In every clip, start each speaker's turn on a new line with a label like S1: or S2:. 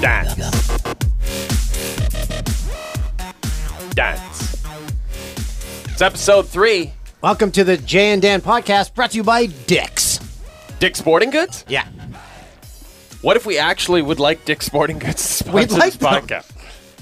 S1: Dance. Dance. It's episode three.
S2: Welcome to the Jay and Dan podcast brought to you by Dix.
S1: Dick Sporting Goods?
S2: Yeah.
S1: What if we actually would like Dick Sporting Goods to sponsor
S2: We'd like
S1: this
S2: them.
S1: podcast?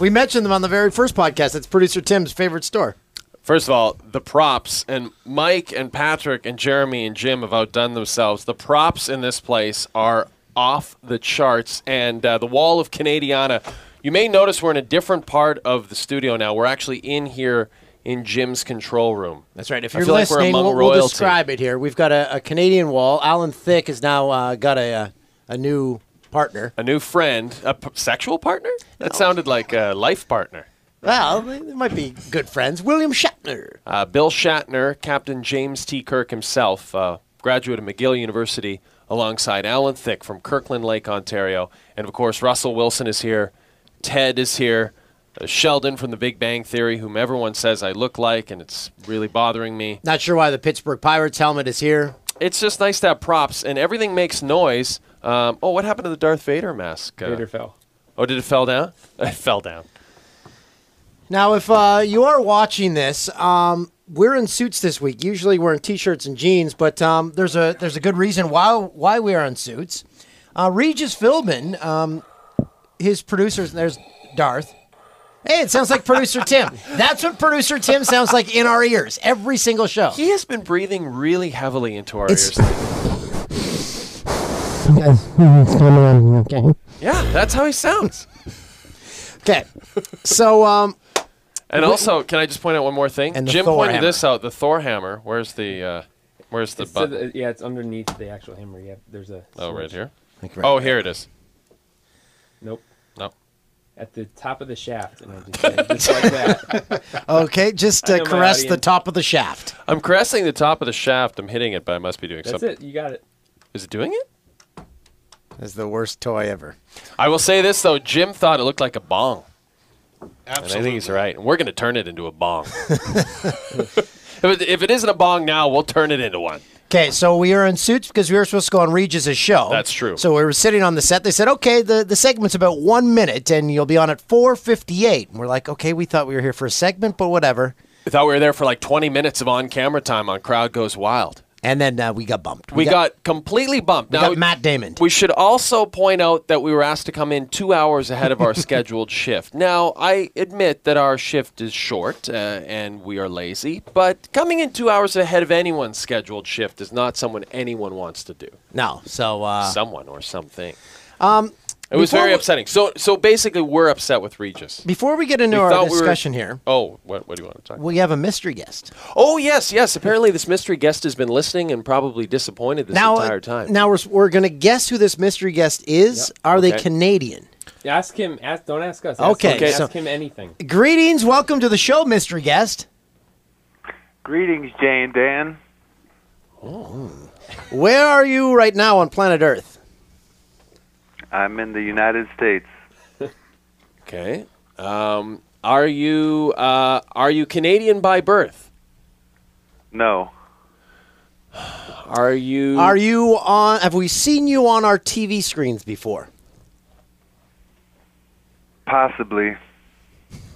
S2: We mentioned them on the very first podcast. It's producer Tim's favorite store.
S1: First of all, the props and Mike and Patrick and Jeremy and Jim have outdone themselves. The props in this place are off the charts, and uh, the wall of Canadiana. You may notice we're in a different part of the studio now. We're actually in here in Jim's control room.
S2: That's right. If
S1: I
S2: you're
S1: feel like we're
S2: listening,
S1: among
S2: we'll, we'll
S1: royalty.
S2: describe it here. We've got a, a Canadian wall. Alan Thick has now uh, got a, a a new partner.
S1: A new friend, a p- sexual partner? That sounded like a life partner.
S2: Well, they they might be good friends. William Shatner.
S1: Uh, Bill Shatner, Captain James T. Kirk himself, uh, graduate of McGill University, alongside Alan Thicke from Kirkland Lake, Ontario. And of course, Russell Wilson is here. Ted is here. Uh, Sheldon from The Big Bang Theory, whom everyone says I look like, and it's really bothering me.
S2: Not sure why the Pittsburgh Pirates helmet is here.
S1: It's just nice to have props, and everything makes noise. Um, oh, what happened to the Darth Vader mask? Uh,
S3: Vader fell.
S1: Oh, did it fell down? It fell down.
S2: Now, if uh, you are watching this, um, we're in suits this week. Usually, we're in t-shirts and jeans, but um, there's a there's a good reason why why we are in suits. Uh, Regis Philbin, um, his producers, there's Darth. Hey, it sounds like producer Tim. That's what producer Tim sounds like in our ears every single show.
S1: He has been breathing really heavily into our
S2: It's-
S1: ears.
S4: guys, it's coming on, okay?
S1: Yeah, that's how he sounds.
S2: Okay, so um,
S1: And also, can I just point out one more thing?
S2: And the
S1: Jim
S2: Thor
S1: pointed
S2: hammer.
S1: this out. The Thor hammer. Where's the? Uh, where's the
S3: It's to
S1: button?
S3: the- yeah, it's underneath the actual hammer. Yeah, there's a.
S1: oh, right
S3: switch.
S1: here.
S2: Like right
S1: Oh, here it is.
S3: Nope.
S1: No.
S3: At the top of the shaft, and I just, I just like that.
S2: okay, just
S3: I
S2: uh,
S3: know my
S2: caress the
S3: audience.
S2: top of the shaft.
S1: I'm caressing the top of the shaft. I'm hitting it, but I must be doing
S3: That's
S1: something.
S3: it. You got it.
S1: Is it doing it?
S2: That's the worst toy ever.
S1: I will say this though. Jim thought it looked like a bong, and I
S5: Absolutely.
S1: think he's right. And we're going to turn it into a bong. if, it, if it isn't a bong now, we'll turn it into one.
S2: Okay, so we are in suits because we were supposed to go on Regis's show.
S1: That's true.
S2: So we were sitting on the set. They said, "Okay, the, the segment's about one minute, and you'll be on at 4:58." And we're like, "Okay, we thought we were here for a segment, but whatever."
S1: I thought we were there for like 20 minutes of on-camera time on Crowd Goes Wild.
S2: And then uh, we got bumped.
S1: We, got, completely bumped.
S2: we
S1: now
S2: got Matt Damon.
S1: We should also point out that we were asked to come in two hours ahead of our scheduled shift. Now, I admit that our shift is short uh, and we are lazy, but coming in two hours ahead of anyone's scheduled shift is not someone anyone wants to do.
S2: no, so uh,
S1: someone or something. Um, it was
S2: before
S1: very
S2: we-
S1: upsetting. So, so basically, we're upset with Regis.
S2: before we get into
S1: We
S2: our
S1: thought we were-
S2: discussion here,
S1: Oh, what, what do you want to talk?
S2: we have a mystery guest
S1: Oh, yes, yes. Apparently, this mystery guest has been listening and probably disappointed this
S2: now. uh,
S1: entire time.
S2: Now we're s- we're gonna guess who this mystery guest is.
S3: Yep.
S2: Are they
S1: Okay.
S2: Canadian?
S3: Ask him. Ask. Don't ask us. Ask
S2: Okay,
S3: Him, ask
S2: so-
S3: him anything.
S2: Greetings, welcome to the show, mystery guest.
S6: Greetings, Jay and Dan.
S2: Where are you right now on planet Earth?
S6: I'm in the United States.
S1: Okay. Um, are you uh, are you Canadian by birth?
S6: No,
S1: Are you
S2: Are you on? Have we seen you on our TV screens before?
S6: possibly.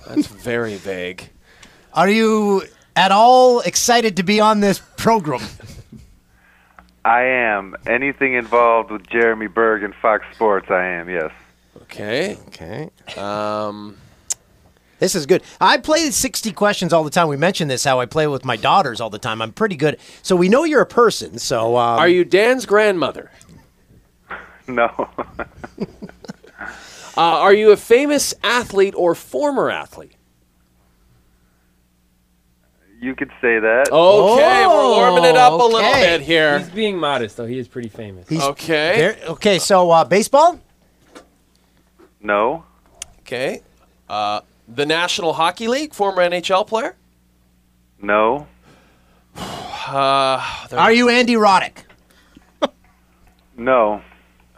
S1: That's very vague.
S2: Are you at all excited to be on this program?
S6: I am. Anything involved with Jeremy Berg and Fox Sports, I am, yes.
S1: Okay.
S2: Okay.
S1: Um,
S2: This is good. I play 60 questions all the time. We mentioned this, how I play with my daughters all the time. I'm pretty good. So we know you're a person. So um,
S1: are you Dan's grandmother?
S6: No.
S1: Uh, are you a famous athlete or former athlete?
S6: you could say that.
S1: Okay, we're warming it up a little
S2: okay.
S1: bit here.
S3: He's being modest, though. He is pretty famous.
S2: He's
S1: Okay.
S2: there- okay. So uh, baseball.
S6: No.
S1: Okay. Uh, the National Hockey League, former NHL player.
S6: No.
S1: Uh, there-
S2: Are you Andy Roddick?
S6: No.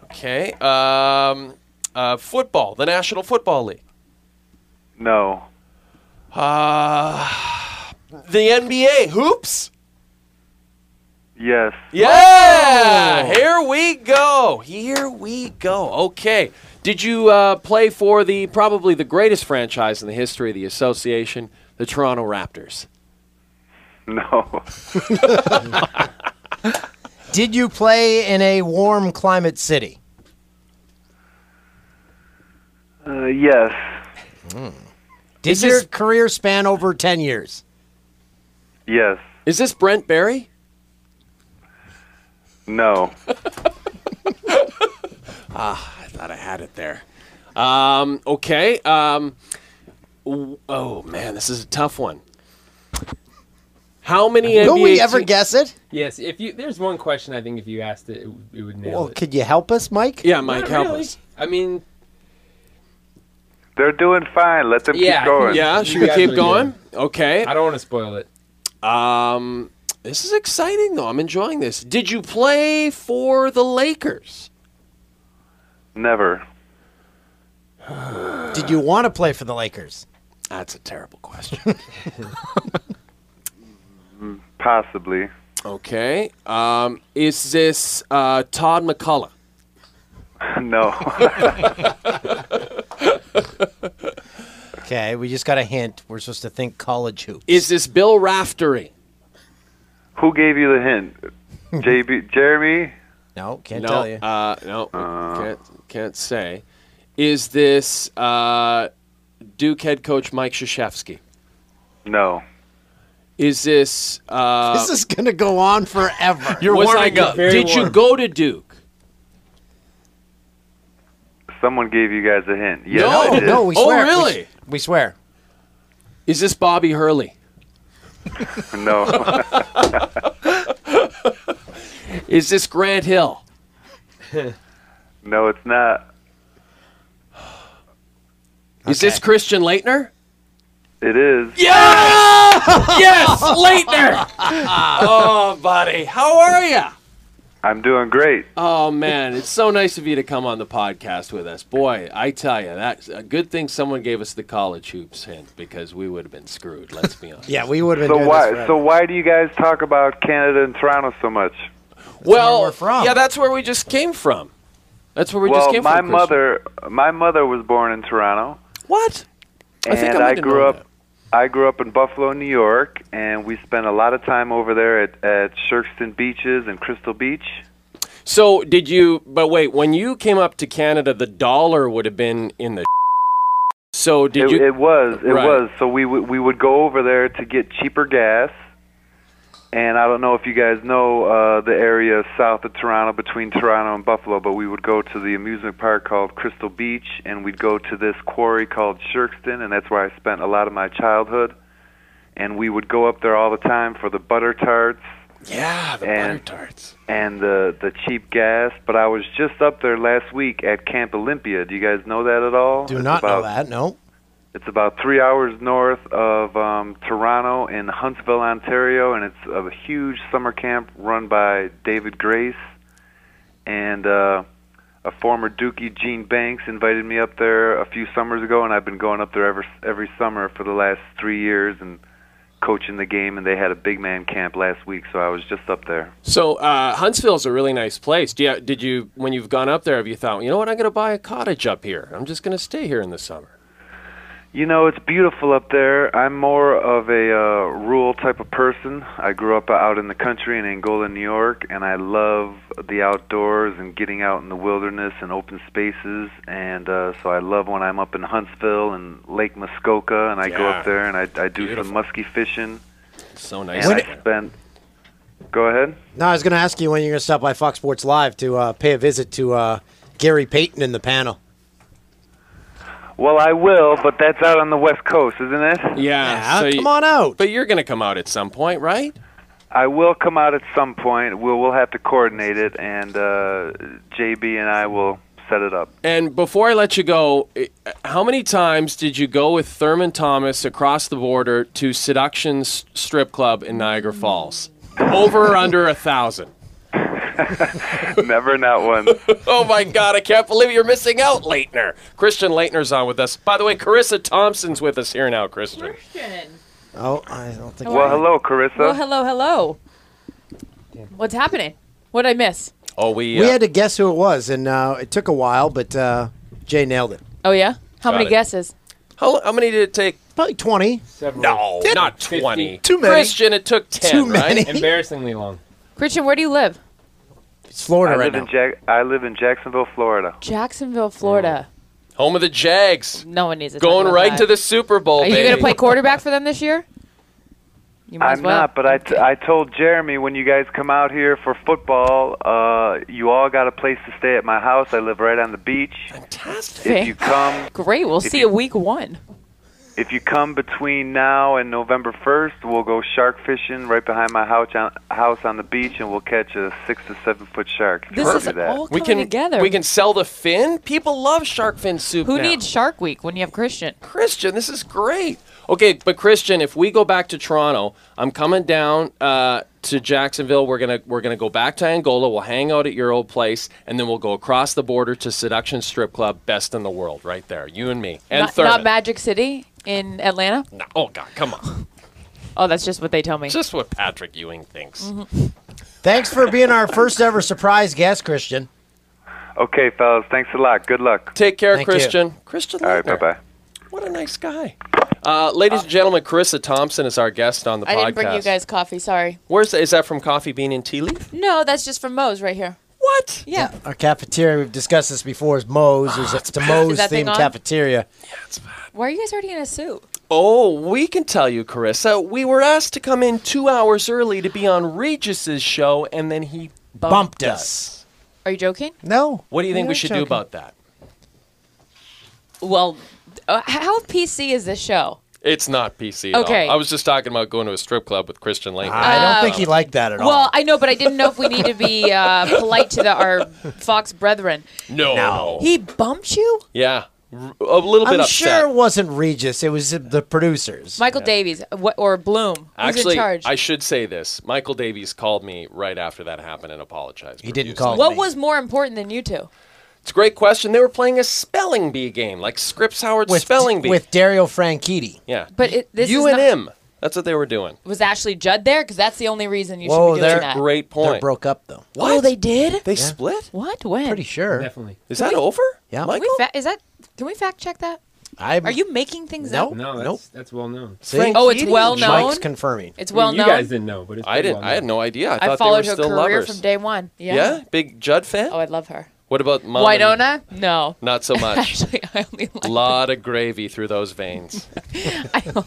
S1: okay. Um, uh, football, the National Football League.
S6: No.
S1: Uh, the NBA hoops.
S6: Yes.
S1: Yeah, here we go. Here we go. Okay, Did you uh, play for the probably the greatest franchise in the history of the association, the Toronto Raptors?
S6: No.
S2: Did you play in a warm climate city?
S6: Uh, yes.
S2: Did
S1: Is
S2: your
S1: this-
S2: career span over 10 years?
S6: Yes.
S1: Is this Brent Berry?
S6: No.
S1: I thought I had it there. Um, okay. Um, w- oh man, this is a tough one. How many
S2: Will
S1: NBA
S2: we ever
S1: te-
S2: guess it?
S3: Yes, if you there's one question I think if you asked it, it, would- it would nail
S2: Well,
S3: it.
S2: could you help us, Mike?
S1: Yeah, Mike,
S3: Not
S1: help
S3: really.
S1: us.
S3: I mean,
S6: They're doing fine. Let them
S3: Yeah.
S6: keep going.
S1: Yeah, should
S3: You
S1: we
S3: guys
S1: keep
S3: are
S1: going? Okay.
S3: I don't want to spoil it.
S1: Um, this is exciting though. I'm enjoying this. Did you play for the Lakers?
S6: Never.
S2: Did you want to play for the Lakers?
S1: That's a terrible question.
S6: Possibly.
S1: okay. Um, is this uh, Todd McCullough?
S6: no.
S2: Okay, we just got a hint. We're supposed to think college hoop.
S1: Is this Bill Raftery?
S6: Who gave you the hint? JB, Jeremy?
S2: No, can't
S1: no,
S2: tell you.
S1: Uh, no, can't can't say. Is this uh, Duke head coach Mike Krzyzewski?
S6: No.
S1: Is this? Uh,
S2: this is going to go on forever.
S1: you're
S3: warming up. Very
S1: Did you
S3: warm.
S1: go to Duke?
S6: Someone gave you guys a hint. Yes,
S1: No.
S6: I did.
S2: no, we
S1: Oh,
S2: swear. We-
S1: really?
S2: we swear.
S1: Is this Bobby Hurley?
S6: No.
S1: Is this Grant Hill?
S6: no, it's not.
S1: Is this Christian Leitner?
S6: It is.
S1: Yeah! yes, Leitner. oh, buddy, how are you?
S6: I'm doing great.
S1: Oh man, it's so nice of you to come on the podcast with us. Boy, I tell you, that's a good thing someone gave us the college hoops hint because we would have been screwed. Let's be honest.
S2: Yeah, we would have been
S6: So
S2: doing this
S6: why
S2: forever.
S6: so why do you guys talk about Canada and Toronto so much?
S1: well,
S2: where we're from.
S1: yeah, that's where we just came from. That's where we just
S6: well,
S1: came
S6: my
S1: from. Christian.
S6: mother my mother was born in Toronto
S1: What? I
S6: and
S1: think I might have
S6: grew
S1: known
S6: up I grew up in Buffalo, New York, and we spent a lot of time over there at, at Shirkston Beaches and Crystal Beach.
S1: So did you? But wait, when you came up to Canada, the dollar would have been in the. So did
S6: It,
S1: you?
S6: it was, it
S1: Right.
S6: was. So we would we would go over there to get cheaper gas. And I don't know if you guys know uh, the area south of Toronto, between Toronto and Buffalo, but we would go to the amusement park called Crystal Beach, and we'd go to this quarry called Shirkston, and that's where I spent a lot of my childhood. And we would go up there all the time for the butter tarts
S1: yeah, the butter
S6: and-
S1: tarts.
S6: and the the cheap gas. But I was just up there last week at Camp Olympia. Do you guys know that at all?
S2: Do
S6: It's
S2: not know
S6: about-
S2: that. No.
S6: it's about three hours north of um, Toronto in Huntsville, Ontario, and it's a huge summer camp run by David Grace. And uh, a former Dookie, Gene Banks, invited me up there a few summers ago, and I've been going up there ever, every summer for the last three years and coaching the game. And they had a big man camp last week, so I was just up there.
S1: So uh, Huntsville's a really nice place. Do you, did you, when you've gone up there, have you thought, you know what, I'm going to buy a cottage up here. I'm just going to stay here in the summer.
S6: You know, it's beautiful up there. I'm more of a uh, rural type of person. I grew up out in the country in Angola, New York, and I love the outdoors and getting out in the wilderness and open spaces. And uh, so I love when I'm up in Huntsville and Lake Muskoka, and I go
S1: Yeah.
S6: up there and I, I do
S1: Beautiful.
S6: some muskie fishing.
S1: It's so nice.
S6: And
S1: up
S6: I
S1: there.
S6: spend. Go ahead.
S2: No, I was going to ask you when you're going to stop by Fox Sports Live to uh, pay a visit to uh, Gary Payton in the panel.
S6: Well, I will, but that's out on the West Coast, isn't it?
S1: Yeah.
S2: Yeah,
S1: so you-
S2: come on out.
S1: But you're going to come out at some point, right?
S6: I will come out at some point. We'll we'll have to coordinate it, and uh, JB and I will set it up.
S1: And before I let you go, i- how many times did you go with Thurman Thomas across the border to Seduction's strip club in Niagara Falls? Over or under a thousand?
S6: Never not one.
S1: Oh my God! I can't believe you're missing out, Leitner. Christian Leitner's on with us. By the way, Carissa Thompson's with us here now, Christian.
S5: Christian.
S2: Oh, I don't think.
S6: Well, hello, Carissa.
S5: Well, Oh, hello, hello. What's happening? What did I miss?
S1: Oh, we,
S2: We
S1: uh,
S2: had to guess who it was, and uh, it took a while, but uh, Jay nailed it.
S5: Oh yeah. How
S1: Got
S5: many
S1: it.
S5: guesses?
S1: How, how many did it take?
S2: Probably 20.
S3: Several.
S1: No, not 20.
S3: Too
S2: many.
S1: Christian, it took 10.
S2: Too
S1: right?
S2: many.
S3: Embarrassingly long.
S5: Christian, where do you live?
S2: It's Florida
S6: I
S2: right
S6: live
S2: now.
S6: in Jack. I live in Jacksonville, Florida.
S5: Jacksonville, Florida.
S1: Home of the Jags.
S5: No one needs it.
S1: Going right to the Super Bowl,
S5: Are you
S1: baby.
S5: going to play quarterback for them this year? You might as
S6: I'm
S5: well.
S6: not, but I, t- I told Jeremy when you guys come out here for football, uh, you all got a place to stay at my house. I live right on the beach.
S1: Fantastic.
S5: Okay.
S6: If you come,
S5: Great. We'll
S6: If
S5: see
S6: you-
S5: you week one.
S6: if you come between now and November 1st, we'll go shark fishing right behind my house on, house on the beach, and we'll catch a six to seven foot shark. If you
S5: This
S6: wanna
S5: is
S6: do that.
S5: all
S1: We
S5: coming
S1: can
S5: together.
S1: we can sell the fin. People love shark fin soup.
S5: Who
S1: now.
S5: needs Shark Week when you have Christian?
S1: Christian, this is great. Okay, but Christian, if we go back to Toronto, I'm coming down uh, to Jacksonville. We're gonna we're gonna go back to Angola. We'll hang out at your old place, and then we'll go across the border to Seduction Strip Club, best in the world, right there. You and me, and
S5: not,
S1: Thurman.
S5: not Magic City in Atlanta.
S1: No, oh God, come on!
S5: Oh, that's just what they tell me.
S1: Just what Patrick Ewing thinks.
S5: Mm-hmm.
S2: Thanks for being our first ever surprise guest, Christian.
S6: Okay, fellas, thanks a lot. Good luck.
S1: Take care,
S2: Thank you.
S1: Christian. Christian,
S6: All right, bye
S1: Leitner.
S6: bye.
S1: What a nice guy. Uh, ladies and gentlemen, Carissa Thompson is our guest on the
S5: I
S1: podcast.
S5: didn't bring you guys coffee. Sorry.
S1: Where's is that from? Coffee Bean and Tea Leaf?
S5: No, that's just from Moe's right here.
S1: What?
S5: Yeah.
S2: Our cafeteria, we've discussed this before, is Moe's. There's a, it's a Moe's
S5: Ah, that thing
S2: themed
S5: on?
S2: cafeteria.
S5: Why are you guys already in a suit?
S1: Oh, we can tell you, Carissa. We were asked to come in two hours early to be on Regis's show, and then he
S2: Bumped us.
S5: Are you joking?
S2: No.
S1: What do you think we
S2: You're
S1: should do
S2: joking.
S1: about that?
S5: Well, uh, h- how PC is this show?
S1: It's not PC. At all.
S5: Okay.
S1: I was just talking about going to a strip club with Christian Lane.
S2: I don't think he liked that at
S1: Oh.
S2: all.
S5: Oh. Well, I know, but I didn't know if we need to be uh, polite to the, our Fox brethren.
S1: no.
S5: He bumped you,
S1: Yeah. R- A little bit
S2: I'm
S1: upset.
S2: sure it wasn't Regis. It was the producers.
S5: Michael Davies, what, or Bloom? Who's
S1: Actually,
S5: in charge?
S1: I should say this. Michael Davies called me right after that happened and apologized.
S2: He didn't
S1: profusely.
S2: call
S5: what
S2: me.
S5: was more important than you two?
S1: It's a great question. They were playing a spelling bee game, like Scripps Howard
S2: with
S1: spelling bee.
S2: with Dario Franchitti.
S1: yeah.
S5: But it, this
S1: you
S5: is
S1: and
S5: not-
S1: him. That's what they were doing.
S5: was Ashley Judd there because that's the only reason you
S2: Whoa,
S5: should be
S2: they're
S5: doing that.
S1: Great
S2: They
S1: point.
S2: broke up though.
S5: Oh, they did.
S1: They split?
S5: what? When?
S2: Pretty sure.
S3: Definitely.
S1: Is that over?
S2: Yeah.
S5: Can
S1: Michael?
S5: we fa- is that? Can we fact check that?
S2: I'm,
S5: Are you making things
S2: No.
S5: up?
S3: No, that's,
S2: Nope.
S3: that's well known.
S2: See?
S1: Frank
S5: Oh, it's
S1: Keating?
S5: well known.
S2: Mike's confirming.
S5: It's well
S3: you
S5: known.
S3: guys didn't know, but it's
S1: I
S3: pretty
S1: didn't.
S3: well
S1: I had
S3: known.
S1: no idea. I,
S5: I,
S1: thought
S5: followed
S1: they
S5: her
S1: were still
S5: career
S1: lovers.
S5: from day one. Yeah.
S1: yeah. big Judd fan.
S5: Oh, I love her.
S1: what about mom?
S5: Winona? No.
S1: Not so much.
S5: Actually, I only like.
S1: A lot of gravy through those veins.
S5: I don't-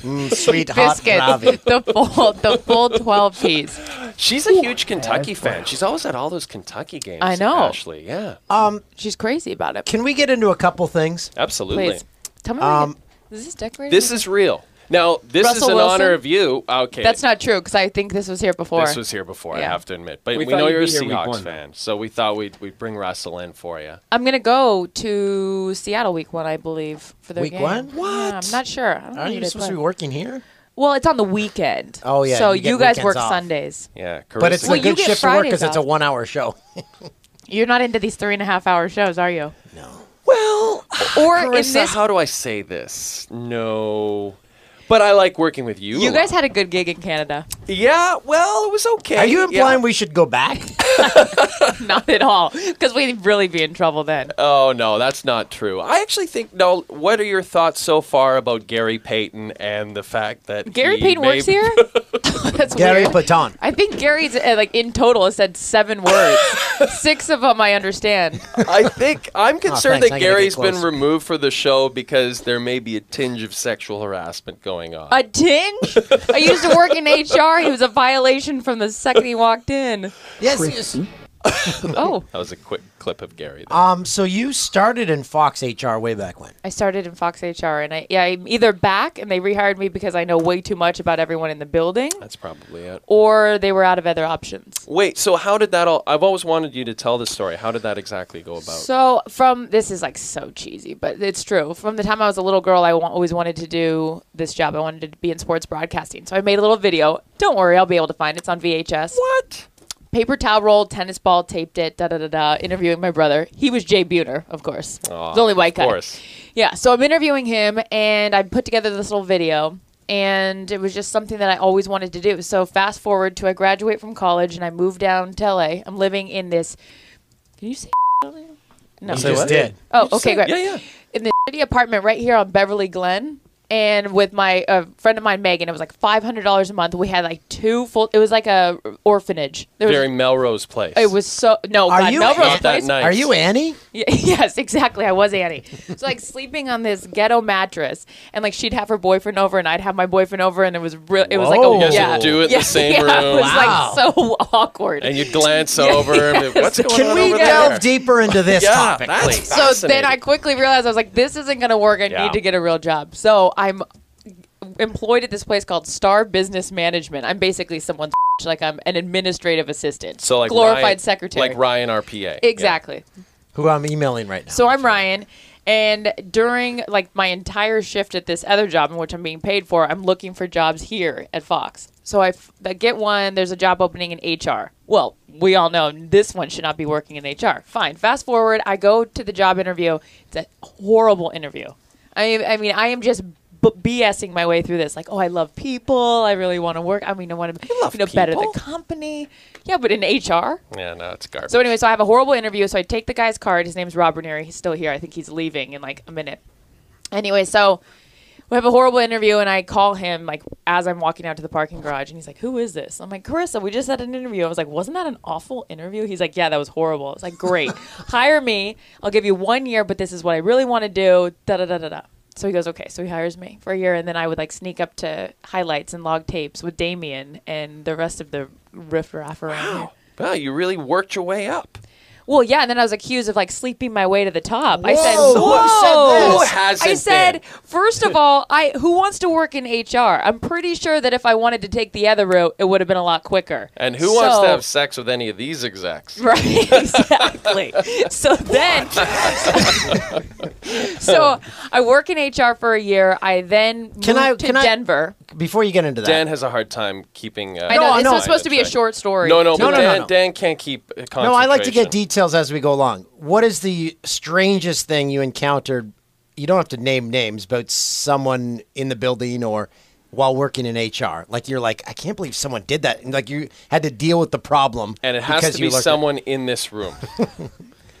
S2: Mm, sweet hot ravi.
S5: biscuits. the full, the full twelve piece.
S1: She's a huge Kentucky fan. She's always at all those Kentucky games.
S5: I know. Uh,
S1: Ashley. Yeah.
S2: Um,
S5: She's crazy about it.
S2: can we get into a couple things?
S1: Absolutely.
S5: Please tell me. where
S2: Um,
S5: you- is this decorated?
S1: This is real. Now, this is
S5: Russell
S1: in
S5: Wilson?
S1: honor of you. Okay.
S5: That's not true because I think this was here before.
S1: This was here before, I
S5: Yeah.
S1: have to admit. But we,
S3: We thought
S1: know
S3: you'd
S1: you're a
S3: be here week
S1: Seahawks
S3: one, though.
S1: fan, so we thought we'd, we'd bring Russell in for you.
S5: I'm gonna go to Seattle week one, I believe, for their
S2: Week
S5: game.
S2: one?
S5: Yeah, I'm not sure. I don't know
S2: Aren't
S5: who
S2: you
S5: they
S2: supposed to
S5: play.
S2: be working here?
S5: Well, it's on the weekend.
S2: Oh, yeah,
S5: So
S2: you get
S5: you, guys
S2: weekends
S5: work
S2: off.
S5: Sundays.
S1: Yeah,
S2: But it's
S1: Carissa.
S5: Well,
S2: a
S5: you
S2: good
S5: get
S2: shift to work
S5: Fridays
S2: because it's a
S5: off.
S2: one-hour show.
S5: You're not into these three and a half hour shows, are you?
S1: well,
S5: Or uh, in
S1: Carissa,
S5: this,
S1: how do I say this? No. But I like working with you.
S5: you
S1: a
S5: guys
S1: lot.
S5: had a good gig in Canada.
S1: Yeah, well, it was okay.
S2: Are you implying
S1: Yeah.
S2: we should go back?
S5: not at all, because we'd really be in trouble then.
S1: Oh no, that's not true. I actually think no. What are your thoughts so far about Gary Payton and the fact that
S5: Gary
S1: he
S5: Payton
S1: may-
S5: works here. That's
S2: Gary
S5: weird.
S2: Platon.
S5: I think Gary's uh, like in total has said seven words. Six of them I understand.
S1: I think
S5: Oh,
S1: I'm concerned
S2: thanks,
S1: that
S2: I'm gonna get
S1: Gary's been
S2: close.
S1: removed for the show because there may be a tinge of sexual harassment going on.
S5: A tinge? I used to work in HR. He was a violation from the second he walked in.
S2: yes. yes.
S5: Oh,
S1: that was a quick clip of Gary. there.
S2: Um. So you started in Fox HR way back when.
S5: I started in Fox HR, and I yeah, I'm either back and they rehired me because I know way too much about everyone in the building,
S1: that's probably it.
S5: or they were out of other options.
S1: Wait, so how did that all? I've always wanted you to tell this story. How did that exactly go about?
S5: So from this is like so cheesy, but it's true. From the time I was a little girl, I wa- always wanted to do this job. I wanted to be in sports broadcasting, so I made a little video. Don't worry, I'll be able to find it. It's on VHS.
S1: what?
S5: Paper towel roll, tennis ball, taped it. Da da da da. Interviewing my brother. He was Jay Buhner, of course. the only white guy.
S1: Uh, Of course.
S5: Yeah, so I'm interviewing him, and I put together this little video, and it was just something that I always wanted to do. So fast forward to I graduate from college, and I move down to LA. I'm living in this. Can you say? No.
S2: You
S5: Say
S2: just
S5: what?
S2: did.
S5: Oh, okay, great.
S1: Yeah, yeah.
S5: In the shitty apartment right here on Beverly Glen, and with my a friend of mine, Megan, it was like five hundred dollars a month. We had like two full. It was like a orphanage. There was,
S1: Very Melrose Place.
S5: It was so no.
S2: Are
S5: God,
S2: you
S5: Melrose
S2: Not
S1: that
S5: Place-
S1: nice.
S2: Are you Annie?
S5: Y- Yes, exactly. I was Annie. So like sleeping on this ghetto mattress, and like she'd have her boyfriend over, and I'd have my boyfriend over, and it was real. It was like
S2: Whoa.
S5: a
S2: You guys
S5: yeah,
S1: would do it in the
S5: yeah,
S1: same
S5: yeah, It
S1: room.
S5: was
S2: Wow.
S5: like so awkward.
S1: and you'd glance over. and be, What's going
S2: Can
S1: on
S2: we
S1: over
S2: delve
S1: there?
S2: deeper into this
S1: Yeah,
S2: topic,
S1: that's
S2: please?
S5: so then I
S1: fascinating.
S5: quickly realized I was like, this isn't going to work. I
S1: Yeah.
S5: need to get a real job. So I'm employed at this place called Star Business Management. I'm basically someone's like I'm an administrative assistant,
S1: so like
S5: glorified
S1: Ryan,
S5: secretary,
S1: like Ryan RPA.
S5: exactly.
S2: Who I'm emailing right now.
S5: So I'm Ryan, and during like my entire shift at this other job in which I'm being paid for, I'm looking for jobs here at Fox. So I, f- I get one. There's a job opening in HR. Well, we all know this one should not be working in HR. Fine. Fast forward, I go to the job interview. It's a horrible interview. I am, I mean, I am just b- BSing my way through this. Like, oh, I love people. I really want to work. I mean, I want to you know better the
S1: people?
S5: company. Yeah, but in HR,
S1: Yeah. yeah, no, it's garbage.
S5: so anyway, so I have a horrible interview. So I take the guy's card. His name's Rob Ranieri. He's still here. I think he's leaving in like a minute. Anyway, so we have a horrible interview, and I call him like as I'm walking out to the parking garage, and he's like, "Who is this?" I'm like, "Carissa, we just had an interview." I was like, "Wasn't that an awful interview?" He's like, "Yeah, that was horrible." I was like, "Great, hire me. I'll give you one year, but this is what I really want to do." Da da da da da. So he goes, "Okay." So he hires me for a year, and then I would like sneak up to highlights and log tapes with Damien and the rest of the riffraff around here.
S1: wow, you really worked your way up.
S5: Well, yeah, and then I was accused of like sleeping my way to the top. I said,
S2: Whoa,
S5: "Whoa!"
S2: who said this? Who
S1: hasn't
S5: I said,
S1: been?
S5: first of all, I who wants to work in HR? I'm pretty sure that if I wanted to take the other route, it would have been a lot quicker.
S1: And who wants
S5: So-
S1: to have sex with any of these execs?
S5: Right, exactly. so then, so I work in HR for a year. I then
S2: Can
S5: moved
S2: I-
S5: to
S2: can I-
S5: Denver.
S2: Before you get into that,
S1: Dan has a hard time keeping. Uh,
S5: I know
S2: I
S5: this
S2: know.
S5: was supposed to be a short story.
S1: No, no, but
S2: No, no, no,
S1: Dan,
S2: no.
S1: Dan can't keep. uh, Concentration.
S2: no, I like to get details as we go along. What is the strangest thing you encountered? You don't have to name names, but someone in the building or while working in HR. Like you're like, I can't believe someone did that. And like you had to deal with the problem.
S1: And it has
S2: because
S1: to
S2: you
S1: be
S2: looked at-
S1: someone in this room.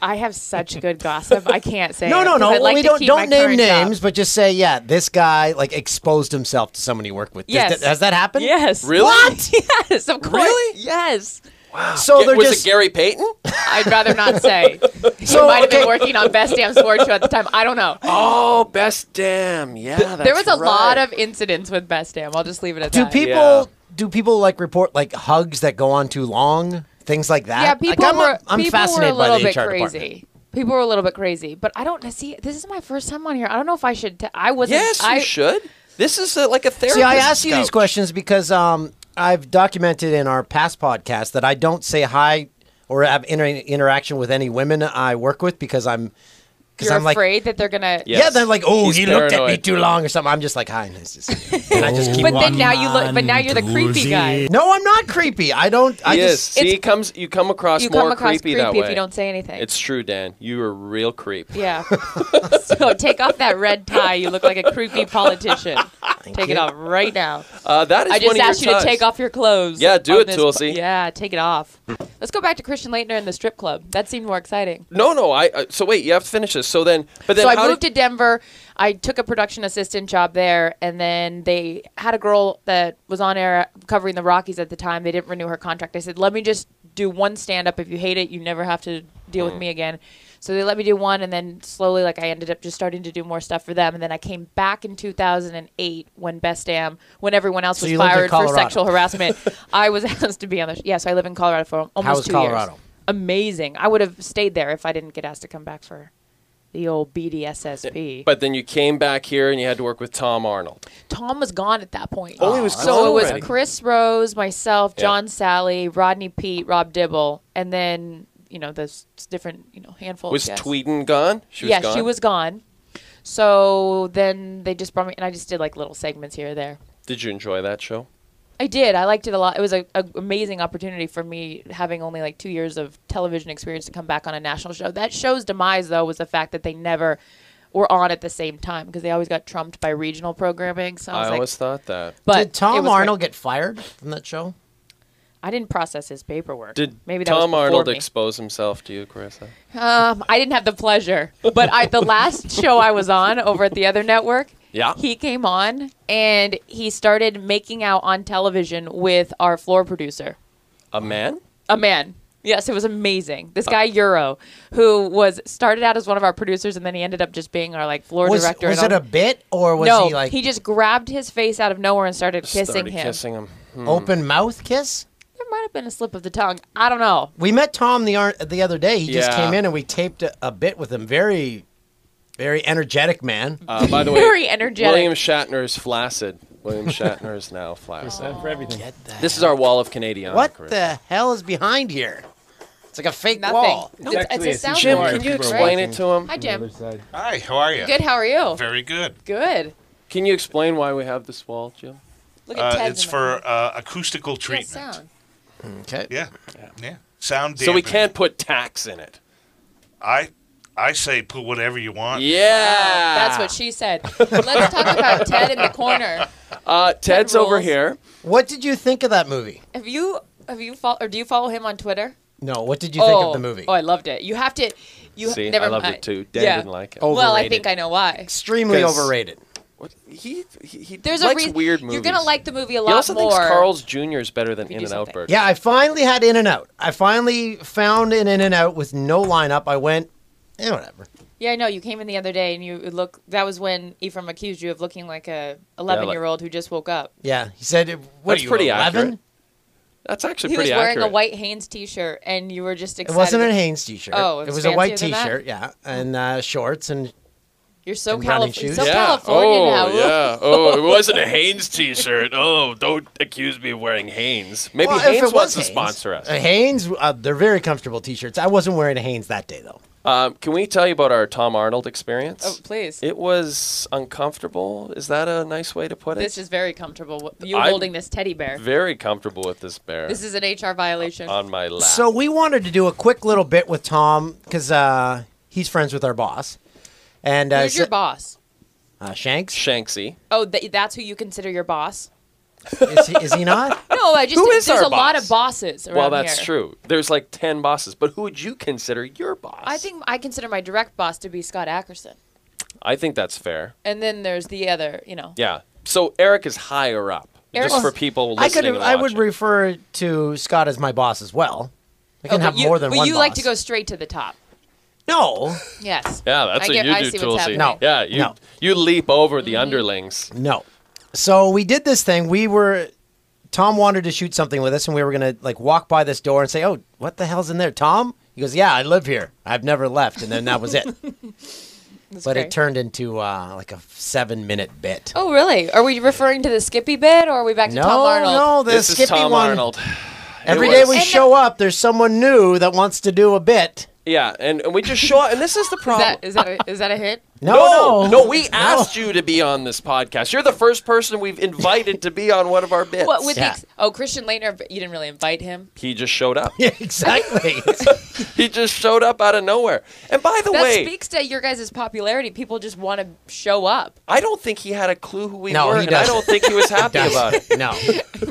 S5: I have such good gossip. I can't say
S2: No,
S5: it,
S2: no,
S5: 'cause
S2: no.
S5: I'd like
S2: we
S5: to
S2: don't
S5: keep my
S2: don't name
S5: current job.
S2: names, but just say, yeah, this guy like exposed himself to someone he worked with. Does
S5: Yes.
S2: that- has that happened?
S5: Yes.
S1: Really?
S5: What? yes, of course.
S1: Really?
S5: Yes.
S2: So
S1: Ga-
S2: Oh, they're
S1: was
S2: just
S1: it Gary Payton?
S5: I'd rather not say. He
S2: So,
S5: might have
S2: okay.
S5: been working on Best Damn Sports Show at the time. I don't know.
S1: Oh, best damn! Yeah, that's
S5: there was a
S1: right.
S5: lot of incidents with Best Damn. I'll just leave it at
S2: do
S5: that.
S2: people
S1: Yeah.
S2: do people like report like hugs that go on too long? Things like that.
S5: yeah,
S2: Like,
S5: people
S2: I'm, a-
S5: were
S2: I'm
S5: people
S2: fascinated
S5: were a little
S2: by the
S5: bit
S2: HR
S5: crazy.
S2: department.
S5: People were a little bit crazy, but I don't see. This is my first time on here. I don't know if I should. T- I wasn't.
S1: Yes,
S5: I,
S1: you should. This is uh like a therapy.
S2: See, I ask you these questions because um, I've documented in our past podcast that I don't say hi or have inter- interaction with any women I work with because I'm because
S5: You're
S2: I'm like
S5: afraid that they're gonna.
S1: Yes.
S2: yeah they're like oh
S1: He's
S2: he looked at me
S1: paranoid.
S2: too long or something I'm just like hi and, it's just, and I just keep
S5: But
S2: walking.
S5: then now you look. But now you're the creepy guy.
S2: no I'm not creepy I don't I
S1: He is.
S2: just
S1: See, he comes. You come across
S5: You
S1: more
S5: come across
S1: creepy,
S5: creepy,
S1: that way.
S5: if you don't say anything.
S1: It's true, Dan. You are a real creep.
S5: Yeah. so take off that red tie. You look like a creepy politician. take it
S2: you.
S5: off right now.
S1: Uh, that is
S5: I
S1: one
S5: just
S1: of your
S5: asked you to
S1: ties.
S5: take off your clothes.
S1: Yeah, do
S5: on
S1: it,
S5: this-
S1: Tulsi. Mm.
S5: Yeah, take it off. Let's go back to Christian Leitner and the strip club. That seemed more exciting.
S1: No, no. I. Uh, so wait, you have to finish this. So then, but then
S5: so I
S1: how
S5: moved
S1: did,
S5: to Denver. I took a production assistant job there, and then they had a girl that was on air covering the Rockies at the time. They didn't renew her contract. I said, "Let me just do one stand up. If you hate it, you never have to deal
S2: Mm-hmm.
S5: with me again." So they let me do one, and then slowly, like I ended up just starting to do more stuff for them. And then I came back in 2008 when Best Damn, when everyone else
S2: So
S5: was
S2: you lived in
S5: fired for
S2: Colorado.
S5: sexual harassment, I was asked to be on the. Sh- yeah, so I live in Colorado for almost
S2: How was
S5: two
S2: Colorado?
S5: years. Amazing. I would have stayed there if I didn't get asked to come back for the old BDSSP.
S1: But then you came back here and you had to work with Tom Arnold.
S5: Tom was gone at that point.
S1: Oh, he was
S5: So
S1: gone
S5: it was
S1: already.
S5: Chris Rose, myself,
S1: Yeah.
S5: John Sally, Rodney Pete, Rob Dibble, and then, you know, those different, you know, handful of
S1: Was
S5: guests.
S1: Tweeden gone? She was
S5: Oh, yeah,
S1: gone?
S5: she was gone. So then they just brought me, and I just did like little segments here or there.
S1: Did you enjoy that show?
S5: I did. I liked it a lot. It was an amazing opportunity for me, having only like two years of television experience, to come back on a national show. That show's demise, though, was the fact that they never were on at the same time because they always got trumped by regional programming. So I
S1: I,
S5: was like,
S1: always thought that.
S5: but
S2: did
S5: it
S2: Tom
S5: was great.
S2: Arnold get fired from that show
S5: I didn't process his paperwork.
S1: Did
S5: Maybe that was
S1: Tom
S5: before
S1: Arnold
S5: me.
S1: expose himself to you, Carissa?
S5: Um, I didn't have the pleasure, but I the last show I was on over at the other network,
S1: Yeah.
S5: he came on and he started making out on television with our floor producer,
S1: A man?
S5: a man. Yes, it was amazing. This guy Euro, who was started out as one of our producers, and then he ended up just being our like floor
S2: Was,
S5: director.
S2: was it
S5: and
S2: a
S5: all-
S2: bit or was
S5: no?
S2: he like
S5: just grabbed his face out of nowhere and started kissing
S1: Started
S5: him.
S1: Kissing him.
S2: open mouth kiss?
S5: There might have been a slip of the tongue. I don't know.
S2: We met Tom the ar- the other day. He just
S1: Yeah.
S2: came in and we taped a, a bit with him. Very, very energetic man.
S1: Uh, by the way,
S5: Very energetic.
S1: William Shatner is flaccid. William Shatner is now flaccid.
S3: Time uh, for everything.
S1: This is our wall of Canadian.
S2: what
S1: Carissa.
S2: the hell is behind here? It's like a fake
S5: Nothing.
S2: wall.
S5: It's, it's
S3: actually a
S5: a soundboard.
S1: Jim,
S3: Sorry,
S1: can you
S3: bro.
S1: explain it to him?
S5: Hi, Jim.
S7: Hi, how are you?
S5: Good. How are you?
S7: Very good.
S5: Good.
S1: Can you explain why we have this wall, Jim?
S5: Look at
S7: Uh,
S5: Ted's
S7: it's
S5: in the
S7: for uh, acoustical
S5: What's
S7: treatment.
S5: that sound?
S2: Okay.
S7: Yeah. yeah, Sound.
S1: So we
S7: dampening.
S1: can't put tax in it.
S7: I, I say put whatever you want.
S1: Yeah.
S5: Oh, That's what she said. Let's talk about Ted in the corner.
S1: Uh, Ted's over
S5: rules.
S1: here.
S2: What did you think of that movie?
S5: Have you have you fol- or do you follow him on Twitter?
S2: No. What did you think of the movie?
S5: Oh, I loved it. You have to. You
S1: See,
S5: never
S1: I loved
S5: mind.
S1: it too. Dad
S5: Yeah.
S1: didn't like it.
S2: Oh.
S5: Well, I
S2: Overrated.
S5: think I know why.
S2: Extremely
S1: 'Cause-
S2: overrated.
S1: What- He, he, he
S5: There's
S1: likes
S5: a reason.
S1: weird movies.
S5: You're gonna like the movie a
S1: He
S5: lot
S1: also
S5: more.
S1: thinks Carl's Jr. is better than
S5: If you
S1: In
S5: do
S1: and Out
S5: something.
S1: Burger.
S2: Yeah, I finally had In and Out. I finally found an In and Out with no lineup. I went, eh, whatever.
S5: Yeah, I know. You came in the other day and you look. That was when Ephraim accused you of looking like a 11 year old who just woke up.
S2: Yeah, he said, "What
S1: That's
S2: are you,
S1: pretty
S2: 11?
S1: accurate. That's actually
S5: He was
S1: pretty
S5: wearing
S1: accurate.
S5: a white Hanes T-shirt, and you were just
S2: It
S5: excited.
S2: wasn't a Hanes t-shirt.
S5: Oh,
S2: it
S5: it's
S2: was a white
S5: fancier than that?
S2: t-shirt, yeah, and uh, shorts and
S5: You're so,
S2: and running
S5: Calif-
S2: shoes.
S5: so
S2: Yeah.
S5: California now. Ooh.
S1: Oh, yeah. Oh, it wasn't a Hanes T-shirt. Oh, don't accuse me of wearing Hanes. Maybe
S2: Well, if
S1: Hanes
S2: it was
S1: wants to sponsor us.
S2: Uh, Hanes, uh, they're very comfortable t-shirts. I wasn't wearing a Hanes that day though.
S1: Um, can we tell you about our Tom Arnold experience?
S5: Oh, please.
S1: It was uncomfortable. Is that a nice way to put it?
S5: This is very comfortable. You
S1: I'm-
S5: holding this teddy bear.
S1: very comfortable with this bear
S5: This is an HR violation.
S1: on my lap.
S2: So we wanted to do a quick little bit with Tom because uh, he's friends with our boss, and uh,
S5: Who's your
S2: so-
S5: boss?
S2: uh, Shanks.
S1: Shanksy.
S5: Oh, th- that's who you consider your boss?
S2: Is he, is he not?
S5: No, I just
S1: Who is
S5: there's
S1: our
S5: a lot
S1: boss?
S5: of bosses around
S1: Well, that's
S5: here.
S1: true. There's like ten bosses, but who would you consider your boss?
S5: I think I consider my direct boss to be Scott Ackerson,
S1: I think that's fair.
S5: and then there's the other, you know.
S1: Yeah. So Eric is higher up.
S5: Eric's-
S1: just for people
S2: I
S1: listening
S2: could.
S1: and
S2: I would
S1: watching.
S2: refer to Scott as my boss as well. I
S5: Oh,
S2: can
S5: but
S2: have
S5: you,
S2: more than
S5: but
S2: one.
S5: you like to go
S2: boss.
S5: straight to the top.
S2: No,
S5: Yes.
S1: Yeah, that's what
S5: I get-
S1: you
S5: I
S1: do,
S5: see what's
S1: Tulsi.
S5: happening. Mm-hmm.
S2: No,
S1: Yeah, you
S2: no.
S1: you leap over the underlings.
S2: no. So we did this thing. We were. Tom wanted to shoot something with us, and we were gonna like walk by this door and say, "Oh, what the hell's in there, Tom?" He goes, "Yeah, I live here. I've never left." And then that was it.
S5: That's
S2: but
S5: great.
S2: it turned into uh, like a seven-minute bit.
S5: Oh, really? Are we referring to the Skippy bit, or are we back to
S2: no,
S5: Tom Arnold?
S2: no, the
S1: this
S2: Skippy
S1: is Tom
S2: one.
S1: Arnold.
S2: Every
S1: It
S2: day
S1: was-
S2: we
S5: And
S2: show up, there's someone new that wants to do a bit.
S1: Yeah, and, and we just show up, and this is the
S5: Is
S1: problem.
S5: that is that a, is that a hit?
S2: No,
S1: no,
S2: no,
S1: no, we asked you to be on this podcast. You're the first person we've invited to be on one of our bits.
S5: What with the
S2: Yeah.
S5: ex- oh Christian Laettner? but You didn't really invite him.
S1: he just showed up.
S2: Yeah, exactly.
S1: he just showed up out of nowhere. And by the
S5: That
S1: way,
S5: speaks to your guys' popularity. People just want to show up.
S1: I don't think he had a clue who we
S2: No,
S1: were,
S2: he
S1: and I
S2: doesn't.
S1: don't think he was happy about it.
S2: no.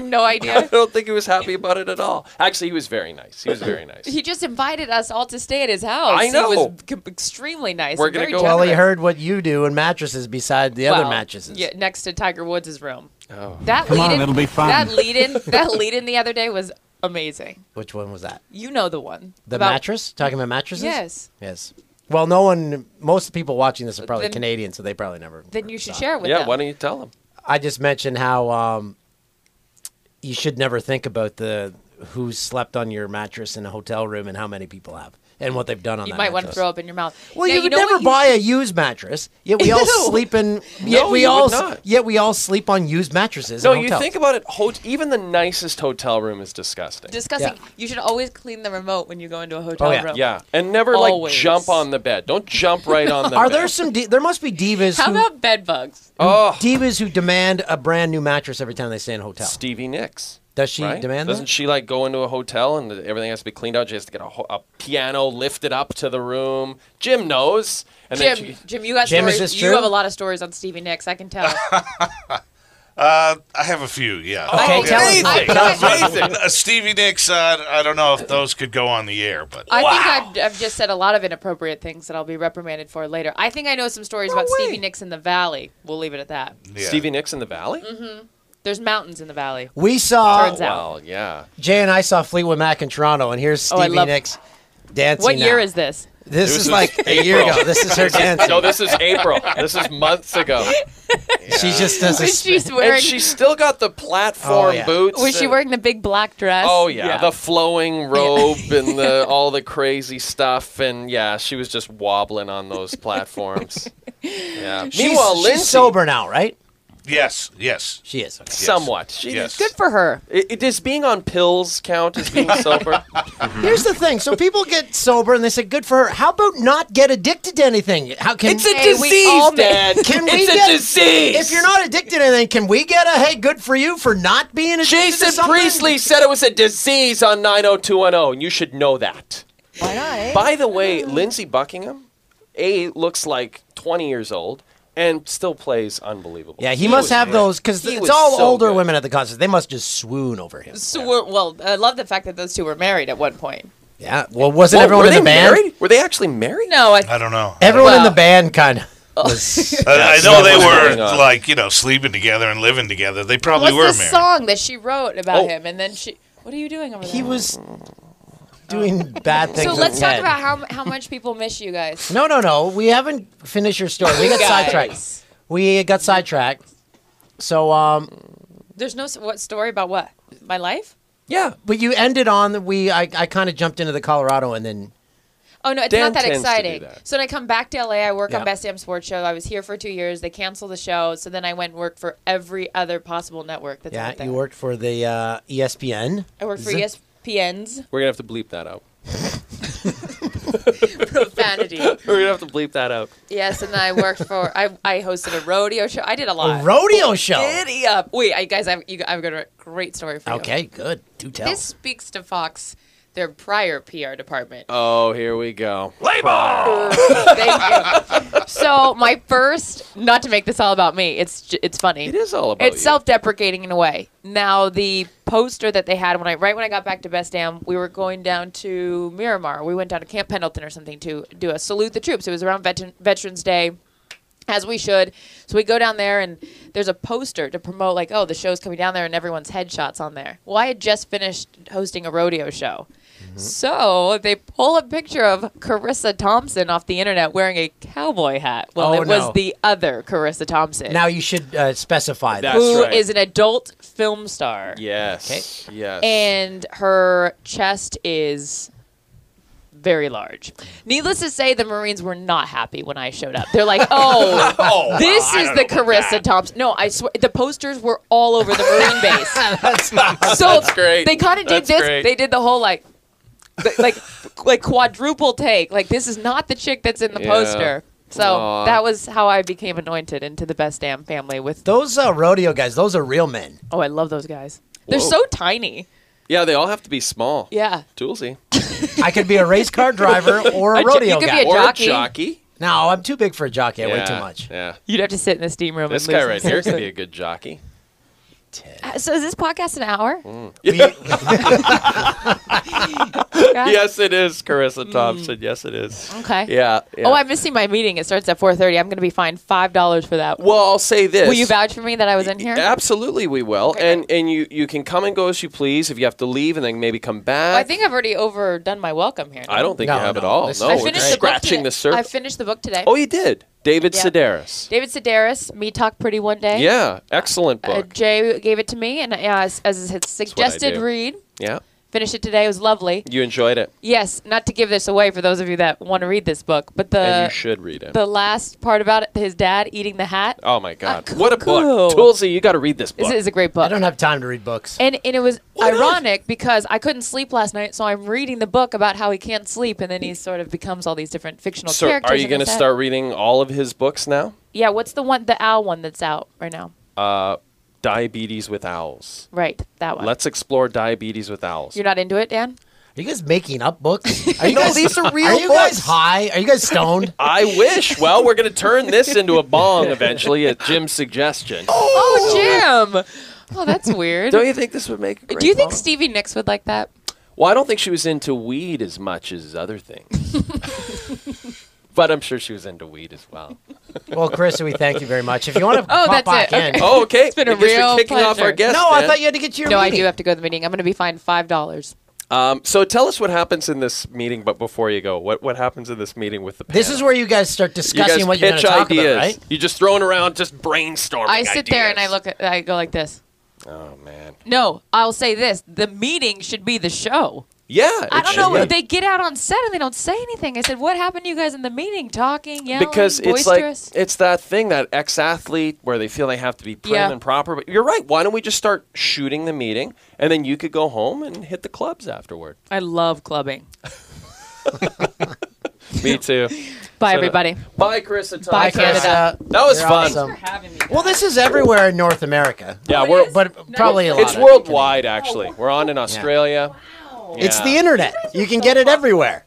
S5: No
S1: I
S5: idea.
S1: don't think he was happy about it at all. Actually, he was very nice. He was very nice.
S5: He just invited us all to stay at his house.
S1: I
S5: He
S1: know.
S5: was c- extremely nice.
S1: We're
S5: and
S1: gonna go-
S5: very generous.
S2: Well, he heard what you do in mattresses beside the other
S5: Well,
S2: mattresses.
S5: Yeah, next to Tiger Woods' room.
S1: Oh.
S5: That lead in, it'll be fun. That lead in, that lead in the other day was amazing.
S2: Which one was that?
S5: You know the one.
S2: The
S5: about-
S2: mattress? Talking about mattresses?
S5: Yes.
S2: Yes. Well, no one, most people watching this are probably
S5: Then-
S2: Canadian, so they probably never.
S5: Then you should share it with
S1: yeah,
S5: them.
S1: why don't you tell him?
S2: I just mentioned how um, you should never think about the who slept on your mattress in a hotel room and how many people have and what they've done on
S5: you
S2: that
S5: might want to
S2: mattress.
S5: throw up in your mouth.
S2: Well,
S5: Now,
S2: you would
S5: know
S2: never
S5: what
S2: buy
S5: should-
S2: a used mattress. Yet we all
S5: Ew.
S2: sleep in. Yet we
S1: you
S2: all.
S1: would
S2: s-
S1: not.
S2: Yet we all sleep on used mattresses.
S1: No,
S2: in
S1: you
S2: hotels.
S1: think about it. Ho- even the nicest hotel room is disgusting.
S5: discussing.
S2: Yeah.
S5: You should always clean the remote when you go into a hotel
S2: Oh, yeah.
S5: room.
S1: yeah, and never
S5: Always.
S1: like jump on the bed. Don't jump right on the.
S2: Are
S1: bed.
S2: there some? di- there must be divas.
S5: How
S2: who,
S5: about bed bugs?
S1: Oh,
S2: divas who demand a brand new mattress every time they stay in a hotel?
S1: Stevie Nicks.
S2: Does she
S1: right?
S2: demand
S1: Doesn't
S2: that?
S1: she like go into a hotel and everything has to be cleaned out? She has to get a, ho- a piano lifted up to the room. Jim knows. And
S5: Jim,
S1: then she,
S5: Jim, you got
S2: Jim, is
S5: stories.
S2: this
S5: You
S2: true?
S5: have a lot of stories on Stevie Nicks. I can tell.
S7: Uh, I have a few, yeah.
S5: Oh, Okay,
S7: Yeah.
S5: tell us.
S7: Anything.
S5: I think
S7: But, uh, Stevie Nicks, uh, I don't know if those could go on the air, but
S5: I think I've, I've just said a lot of inappropriate things that I'll be reprimanded for later. I think I know some stories about Stevie Nicks in the Valley. We'll leave it at that.
S7: yeah.
S1: Stevie Nicks in the Valley?
S2: Mm-hmm.
S1: Oh,
S5: There's mountains in the Valley.
S2: We saw
S5: Turns out.
S1: Well, yeah.
S2: Jay and I saw Fleetwood Mac in Toronto, and here's
S5: Oh, I
S2: Stevie
S5: love-
S2: Nicks dancing.
S5: What year
S2: now.
S5: is this?
S2: this?
S1: This
S2: Is
S1: is
S2: like a year
S1: April.
S2: ago. This is her dancing.
S1: No, this is April. this is months ago.
S2: She just does
S5: Was
S2: this.
S5: she wearing?
S1: And she still got the platform
S2: Oh, yeah.
S1: boots.
S5: was she
S1: and-
S5: wearing the big black dress?
S1: Oh yeah, the flowing robe and the all the crazy stuff, and yeah, she was just wobbling on those platforms. Yeah.
S2: She's,
S1: Meanwhile,
S2: she's
S1: Lindsay,
S2: sober now, right?
S7: yes, yes.
S2: She is. okay.
S1: somewhat. She,
S7: Yes.
S5: Good for her.
S1: I- I- does being on pills count as being sober?
S2: Here's the thing. So people get sober and they say, "Good for her." How about not get addicted to anything? How can
S1: it's a
S5: Hey, we all
S1: disease,
S5: ma-
S1: Dad.
S2: Can we
S1: it's a
S2: get-
S1: disease.
S2: if you're not addicted to anything? Can we get a hey, good for you for not being addicted to
S1: Jason
S2: something?
S1: Priestley said it was a disease on 90210, and you should know that.
S5: Why not? eh?
S1: By the way, Lindsey Buckingham, A, looks like 20 years old and still plays unbelievable.
S2: Yeah, he, must
S1: was
S2: have
S1: great.
S2: those because
S1: He
S2: it's
S1: was
S2: all
S1: so
S2: older
S1: good.
S2: women at the concert. They must just swoon over him.
S5: So we're- well, I love the fact that those two were married at one point.
S2: Yeah. Well, wasn't
S1: Whoa,
S2: everyone
S1: Oh, were
S2: in the
S1: they
S2: band?
S1: married? Were they actually married?
S5: No, I,
S7: I don't know. Uh,
S2: Everyone in
S5: Well-
S2: the band kind of was.
S7: I- I
S1: Yes,
S7: know they
S1: that was going
S7: were
S1: on.
S7: like you know sleeping together and living together. They probably
S5: what's
S7: were
S5: this
S7: married.
S5: song that she wrote about
S1: Oh.
S5: him? And then she, what are you doing over there?
S2: he was doing bad things.
S5: So
S2: with
S5: let's talk
S2: Ted.
S5: about how how much people miss you guys.
S2: No, no, no. We haven't finished your story. We got
S5: Guys.
S2: sidetracked. We got sidetracked. So, um,
S5: There's no s- what story about what my life.
S1: Yeah.
S2: but you ended on the we. I, I kind of jumped into the Colorado and then
S5: Oh no, it's
S1: Dan
S5: not that
S1: tends to do
S5: exciting.
S1: that.
S5: So when I come back to LA, I work
S2: Yeah.
S5: on Best Damn Sports Show. I was here for two years. They canceled the show, so then I went and worked for every other possible network. That's out
S2: yeah,
S5: there.
S2: you worked for the uh, ESPN.
S5: I worked for E
S2: Z-
S5: ESPN's
S1: We're going to have to bleep that out.
S5: profanity.
S1: We're going to have to bleep that out.
S5: yes, and I worked for I, I hosted a rodeo show. I did a lot.
S2: A rodeo show.
S5: Giddy up! Wait, I, guys, I've, you, got- I've got a great story for you.
S2: Okay, good. Do tell.
S5: This speaks to Fox, their prior PR department.
S1: Oh, here we go.
S5: Thank you. So my first, not to make this all about me, it's j- it's funny.
S1: It is all about
S5: It's
S1: you.
S5: self-deprecating in a way. Now the poster that they had when I right when I got back to Best Dam, we were going down to Miramar. We went down to Camp Pendleton or something to do a salute the troops. It was around Veteran, Veterans Day as we should. So we go down there, and there's a poster to promote, like, oh, the show's coming down there, and everyone's headshots on there. Well, I had just finished hosting a rodeo show.
S1: Mm-hmm.
S5: So they pull a picture of Carissa Thompson off the internet wearing a cowboy hat. Well,
S2: Oh,
S5: it was
S2: no.
S5: the other Carissa Thompson,
S2: now you should uh, specify that.
S1: That's
S5: who is
S1: right.
S5: an adult film star.
S1: Yes. Yes.
S5: And her chest is very large. Needless to say, the Marines were not happy when I showed up. They're like, oh,
S7: Oh,
S5: this
S7: wow, I
S5: is
S7: don't
S5: the
S7: know about
S5: Carissa
S7: that.
S5: Thompson. No, I swear the posters were all over the Marine base.
S2: That's not-
S5: So
S1: great.
S5: They kind of did
S1: That's
S5: this.
S1: great.
S5: They did the whole like, th- like, like quadruple take. Like this is not the chick that's in the
S1: Yeah.
S5: poster. So
S1: Aw.
S5: that was how I became anointed into the best damn family. With
S2: those uh, rodeo guys. Those are real men.
S5: oh, I love those guys. They're
S1: Whoa.
S5: so tiny.
S1: yeah, they all have to be small.
S5: Yeah.
S1: Toolsy.
S2: I could be a race car driver or a
S5: A jo-
S2: rodeo
S5: you could
S2: guy.
S5: be a-
S1: or
S5: jockey.
S1: a jockey.
S2: no, I'm too big for a jockey. I
S1: yeah.
S2: weigh too much.
S1: Yeah.
S5: You'd have to sit in the steam room.
S1: This
S5: and lose
S1: guy right
S5: some
S1: here could be a
S5: sense.
S1: good jockey.
S5: Uh, So is this podcast an hour?
S1: Mm-hmm.
S5: Guys?
S1: Yes, it is, Carissa Thompson. Yes, it is.
S5: Hmm. Okay.
S1: Yeah. yeah.
S5: Oh, I'm missing my meeting. It starts at 4:30. I'm going to be fined five dollars for that.
S1: well, I'll say this.
S5: Will you vouch for me that I was in here?
S1: Absolutely, we will.
S5: Okay,
S1: And and you you can come and go as you please. If you have to leave and then maybe come back.
S5: I think I've already overdone my welcome here.
S1: I don't think
S2: No,
S1: you have
S2: no,
S1: it all.
S2: this
S1: No,
S2: is- I
S1: we're
S2: finished
S1: just
S2: the
S5: book
S1: scratching
S5: today.
S1: the surface.
S5: I finished the book today.
S1: oh, you did, David
S5: Yeah.
S1: Sedaris.
S5: David Sedaris, Me Talk Pretty One Day.
S1: Yeah, excellent
S5: Uh,
S1: book.
S5: Jay gave it to me, and uh, as, as his suggested
S1: do.
S5: read,
S1: yeah,
S5: finished it today. It was lovely.
S1: you enjoyed it,
S5: Yes, not to give this away for those of you that want to read this book, but
S1: and you
S5: the
S1: should read it.
S5: the last part about it, his dad eating the hat,
S1: oh my God,
S5: uh, cuckoo.
S1: what a book, Toolsy! You got to read this
S5: is,
S1: book.
S5: is a great book.
S2: I don't have time to read books.
S5: And, and it was
S1: not?
S5: ironic because I couldn't sleep last night, so I'm reading the book about how he can't sleep, and then he sort of becomes all these different fictional
S1: so,
S5: characters.
S1: are you
S5: in his
S1: going to
S5: head.
S1: start reading all of his books now?
S5: Yeah, what's the one, the owl one that's out right now?
S1: Diabetes with Owls.
S5: Right, that one.
S1: Let's explore diabetes with owls.
S5: You're not into it, Dan?
S2: you guys making up books? Are you
S1: No,
S2: guys,
S1: these are real
S2: Are you guys
S1: books.
S2: high? Are you guys stoned?
S1: I wish. Well, we're going to turn this into a bong eventually at Jim's suggestion.
S5: Oh, Jim. Oh, that's weird.
S1: Don't you think this would make a great
S5: Do you think
S1: bong?
S5: Stevie Nicks would like that?
S1: Well, I don't think she was into weed as much as other things. but I'm sure she was into weed as well.
S2: well, Chris, we thank you very much. If you want to
S5: Oh,
S2: pop
S5: that's
S2: back in,
S5: it. Okay.
S1: Oh, okay.
S5: It's been a
S1: I guess you're
S5: real
S1: kicking off our
S5: pleasure.
S1: guest.
S2: no, I
S1: then.
S2: thought you had to get to your
S5: no, I
S2: meeting.
S5: do have to go to the meeting. I'm going to be fined five dollars.
S1: Um, so tell us what happens in this meeting. But before you go, what what happens in this meeting with the
S2: This
S1: panel?
S2: is where you guys start
S1: you
S2: discussing
S1: guys
S2: what you're going
S1: pitch
S2: to talk
S1: ideas.
S2: about, right?
S1: You're just throwing around, just brainstorming.
S5: I sit there and I
S1: ideas.
S5: look at. I go like this.
S1: Oh man.
S5: No, I'll say this: the meeting should be the show.
S1: Yeah.
S5: I
S1: it
S5: don't
S1: should
S5: know.
S1: be.
S5: They get out on set and they don't say anything. I said, "What happened to you guys in the meeting? Talking, yelling,
S1: because it's like
S5: boisterous."
S1: it's that thing that ex-athlete where they feel they have to be prim
S5: Yeah.
S1: and proper. But you're right. Why don't we just start shooting the meeting, and then you could go home and hit the clubs afterward.
S5: I love clubbing.
S1: Me too.
S5: Bye,
S1: So-
S5: everybody.
S1: Bye, Chris. and Tom.
S5: Bye,
S2: Chris,
S5: Canada.
S2: uh,
S1: That was
S2: you're
S1: fun.
S2: awesome.
S5: having me.
S2: Well, this is everywhere in North America.
S1: Yeah, we're
S2: But probably a lot.
S1: it's
S2: of-
S1: worldwide. Actually, we're on in Australia.
S2: It's
S1: Yeah.
S2: the internet. You can get it everywhere.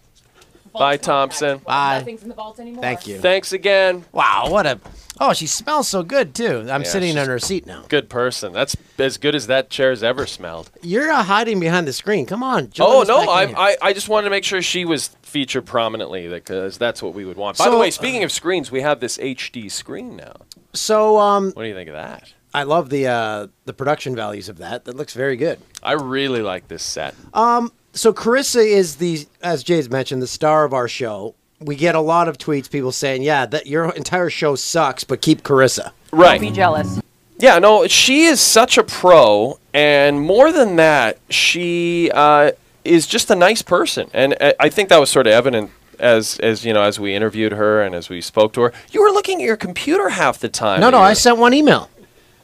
S1: Bye, Thompson.
S2: Bye.
S5: in the vault anymore.
S2: Thank you.
S1: Thanks again.
S2: Wow, what a. Oh, she smells so good too. I'm
S1: Yeah,
S2: sitting
S1: she's-
S2: on her seat now.
S1: Good person. That's as good as that chair's ever smelled.
S2: You're uh, hiding behind the screen. Come on. join
S1: Oh
S2: us back
S1: no,
S2: in
S1: I,
S2: here.
S1: I I just wanted to make sure she was featured prominently because that's what we would want. By the
S2: So-
S1: way, speaking of screens, we have this HD screen now.
S2: So um,
S1: What do you think of that?
S2: I love the uh, the production values of that. That looks very good.
S1: I really like this set.
S2: Uh, So Carissa is the, as Jay's mentioned, the star of our show. We get a lot of tweets, people saying, "Yeah, that your entire show sucks, but keep Carissa."
S1: right.
S5: Be jealous.
S1: Yeah, no, she is such a pro, and more than that, she uh, is just a nice person, and uh, I, I think that was sort of evident as as you know as we interviewed her and as we spoke to her. You were looking at your computer half the time.
S2: No, no, I
S1: You-
S2: sent one email,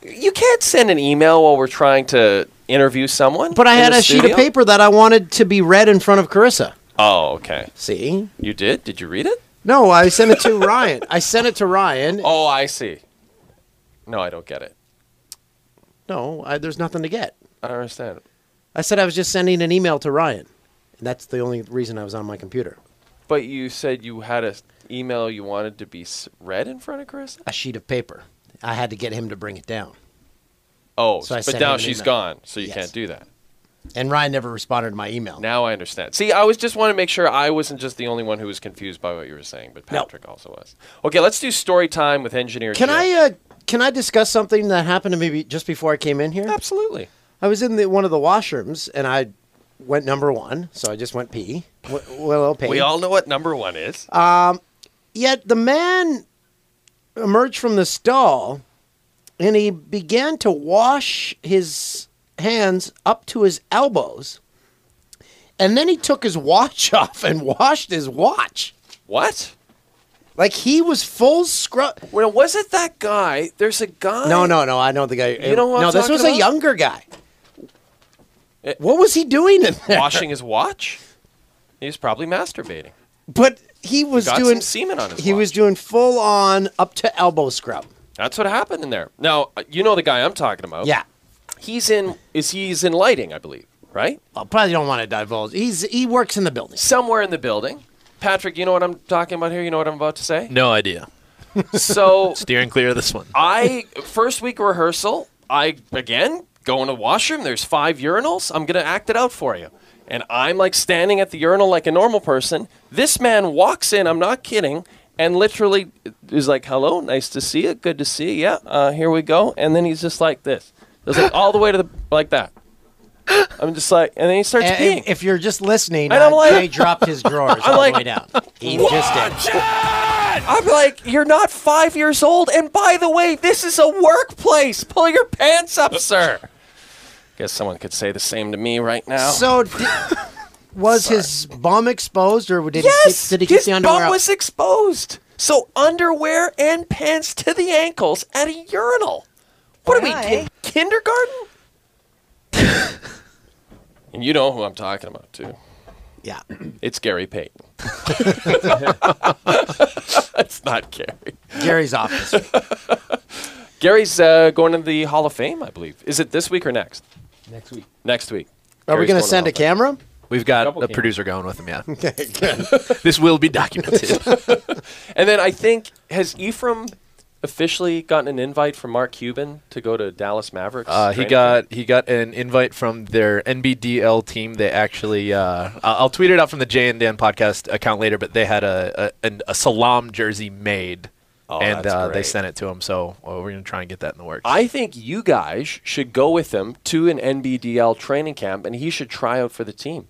S1: you can't send an email while we're trying to interview someone.
S2: but I
S1: in
S2: had
S1: the
S2: a sheet
S1: studio.
S2: of paper that I wanted to be read in front of Carissa.
S1: Oh, okay.
S2: See?
S1: You did? Did you read it?
S2: No, I sent it to Ryan. I sent it to Ryan.
S1: Oh, I see. No, I don't get it.
S2: No, I, there's nothing to get.
S1: I don't understand.
S2: I said I was just sending an email to Ryan. And that's the only reason I was on my computer.
S1: But you said you had an email you wanted to be s- read in front of Chris.
S2: A sheet of paper. I had to get him to bring it down.
S1: Oh,
S2: So I
S1: but
S2: sent
S1: now
S2: him an
S1: she's
S2: email.
S1: gone, so you
S2: Yes.
S1: can't do that.
S2: And Ryan never responded to my email.
S1: Now I understand. See, I was just want to make sure I wasn't just the only one who was confused by what you were saying, but
S2: No.
S1: Patrick also was. Okay, let's do story time with engineer.
S2: Can
S1: Jim.
S2: I uh, can I discuss something that happened to me be- just before I came in here?
S1: Absolutely.
S2: I was in the, one of the washrooms and I went number one, so I just went pee. W- little pee.
S1: We all know what number one is.
S2: Uh, Yet the man emerged from the stall and he began to wash his hands up to his elbows. And then he took his watch off and washed his watch.
S1: what?
S2: Like he was full scrub.
S1: Well, was it that guy? There's a guy.
S2: No, no, no. I know the guy.
S1: You know what I'm
S2: no, this was
S1: talking
S2: a
S1: about?
S2: younger guy.
S1: It-
S2: what was he doing in there?
S1: Washing his watch. He's probably masturbating.
S2: But he was
S1: Got
S2: doing
S1: some semen on his.
S2: he was
S1: watch.
S2: doing full on up to elbow scrub.
S1: That's what happened in there. Now uh, you know the guy I'm talking about.
S2: Yeah.
S1: He's in. Is he's in lighting? I believe. Right.
S2: Well, probably don't want to divulge. He's he works in the building.
S1: Somewhere in the building. Patrick, you know what I'm talking about here. You know what I'm about to say.
S8: No idea.
S1: So
S8: Steering clear of this one.
S1: I first week rehearsal, I again go in the washroom. There's five urinals. I'm gonna act it out for you. And I'm like standing at the urinal like a normal person. This man walks in. I'm not kidding. And literally is like, "Hello, nice to see you. Good to see you. Yeah, uh, here we go." And then he's just like this. It's like all the way to the like that. I'm just like, and then he starts
S2: And
S1: peeing.
S2: if, if you're just listening,
S1: And I'm
S2: uh,
S1: like-
S2: Jay dropped his drawers all
S1: like,
S2: the way down. He just did.
S1: I'm like, you're not five years old. And by the way, this is a workplace. Pull your pants up, sir. Guess someone could say the same to me right now.
S2: So, di- was his bum exposed, or did
S1: yes,
S2: he keep, did he keep
S1: his
S2: the
S1: bum
S2: underwear out?
S1: was exposed. So underwear and pants to the ankles at a urinal. What are we, kin- kindergarten? and you know who I'm talking about too.
S2: Yeah.
S1: It's Gary Payton. That's not Gary.
S2: Gary's office.
S1: Gary's uh, going to the Hall of Fame, I believe. Is it this week or next?
S3: Next week.
S1: Next week.
S2: Are we
S1: Gary's
S2: going
S1: to
S2: to send
S1: the
S2: a camera?
S8: We've got
S3: Double
S8: a
S3: cam.
S8: producer going with him. Yeah,
S2: Okay, good.
S8: this will be documented.
S1: And then I think has Ephraim officially gotten an invite from Mark Cuban to go to Dallas Mavericks?
S8: Uh, he
S1: training
S8: got he got an invite from their NBDL team. They actually, uh, I- I'll tweet it out from the Jay and Dan podcast account later, but they had a a, an- a salam jersey made, and
S1: that's
S8: uh, they
S1: great.
S8: sent it to him. So uh, we're gonna try and get that in the works.
S1: I think you guys should go with him to an NBDL training camp, and he should try out for the team.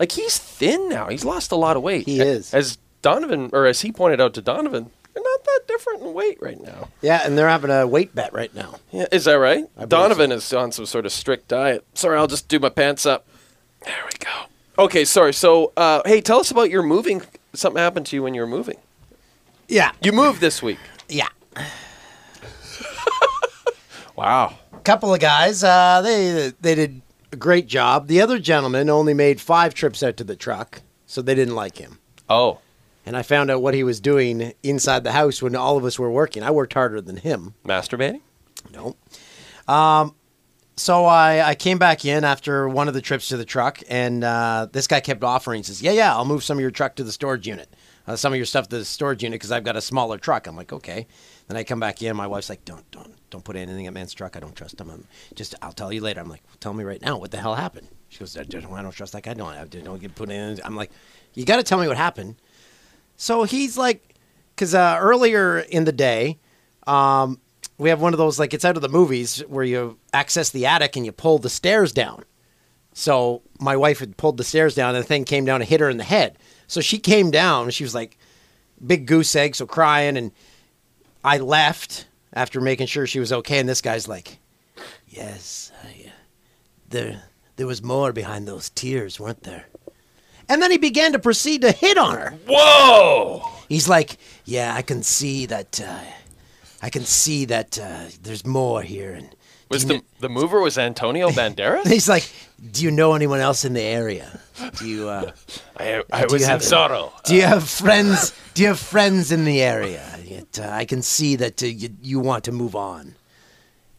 S1: Like he's thin now; he's lost a lot of weight.
S2: He is.
S1: as Donovan, or as he pointed out to Donovan, they're not that different in weight right now.
S2: Yeah, and they're having a weight bet right now.
S1: Yeah, is that right?
S2: believe
S1: Donovan is on some sort of strict diet. Sorry, I'll just do my pants up. There we go. Okay, sorry. So, uh, hey, tell us about your moving. Something happened to you when you were moving.
S2: Yeah,
S1: You moved this week.
S2: yeah.
S1: Wow.
S2: couple of guys. Uh, they they did a great job. The other gentleman only made five trips out to the truck, so they didn't like him.
S1: Oh.
S2: And I found out what he was doing inside the house when all of us were working. I worked harder than him.
S1: Masturbating?
S2: No. Um, so I, I came back in after one of the trips to the truck, and uh, this guy kept offering. He says, "Yeah, yeah, I'll move some of your truck to the storage unit, uh, some of your stuff to the storage unit because I've got a smaller truck." I'm like, "Okay." Then I come back in. My wife's like, "Don't, don't, don't put anything at man's truck. I don't trust him. I'm just, I'll tell you later." I'm like, "Tell me right now what the hell happened." She goes, "I don't, I don't trust that guy. Don't, I don't get put in." I'm like, "You got to tell me what happened." So he's like, because uh, earlier in the day, um, we have one of those like it's out of the movies where you access the attic and you pull the stairs down. So my wife had pulled the stairs down and the thing came down and hit her in the head. So she came down. She was like big goose egg, so crying. And I left after making sure she was okay. And this guy's like, "Yes, I, uh, there there was more behind those tears, weren't there?" And then he began to proceed to hit on her. He's like, yeah, I can see that. Uh, I can see that uh, there's more here. And do
S1: Was
S2: you
S1: the,
S2: kn-
S1: the mover was Antonio Banderas?
S2: he's like, do you know anyone else in the area? Do you uh,
S1: I, I
S2: Do you
S1: was in Uh,
S2: have-
S1: sorrow.
S2: do you have friends? Do you have friends in the area? Yet, uh, I can see that uh, you you want to move on.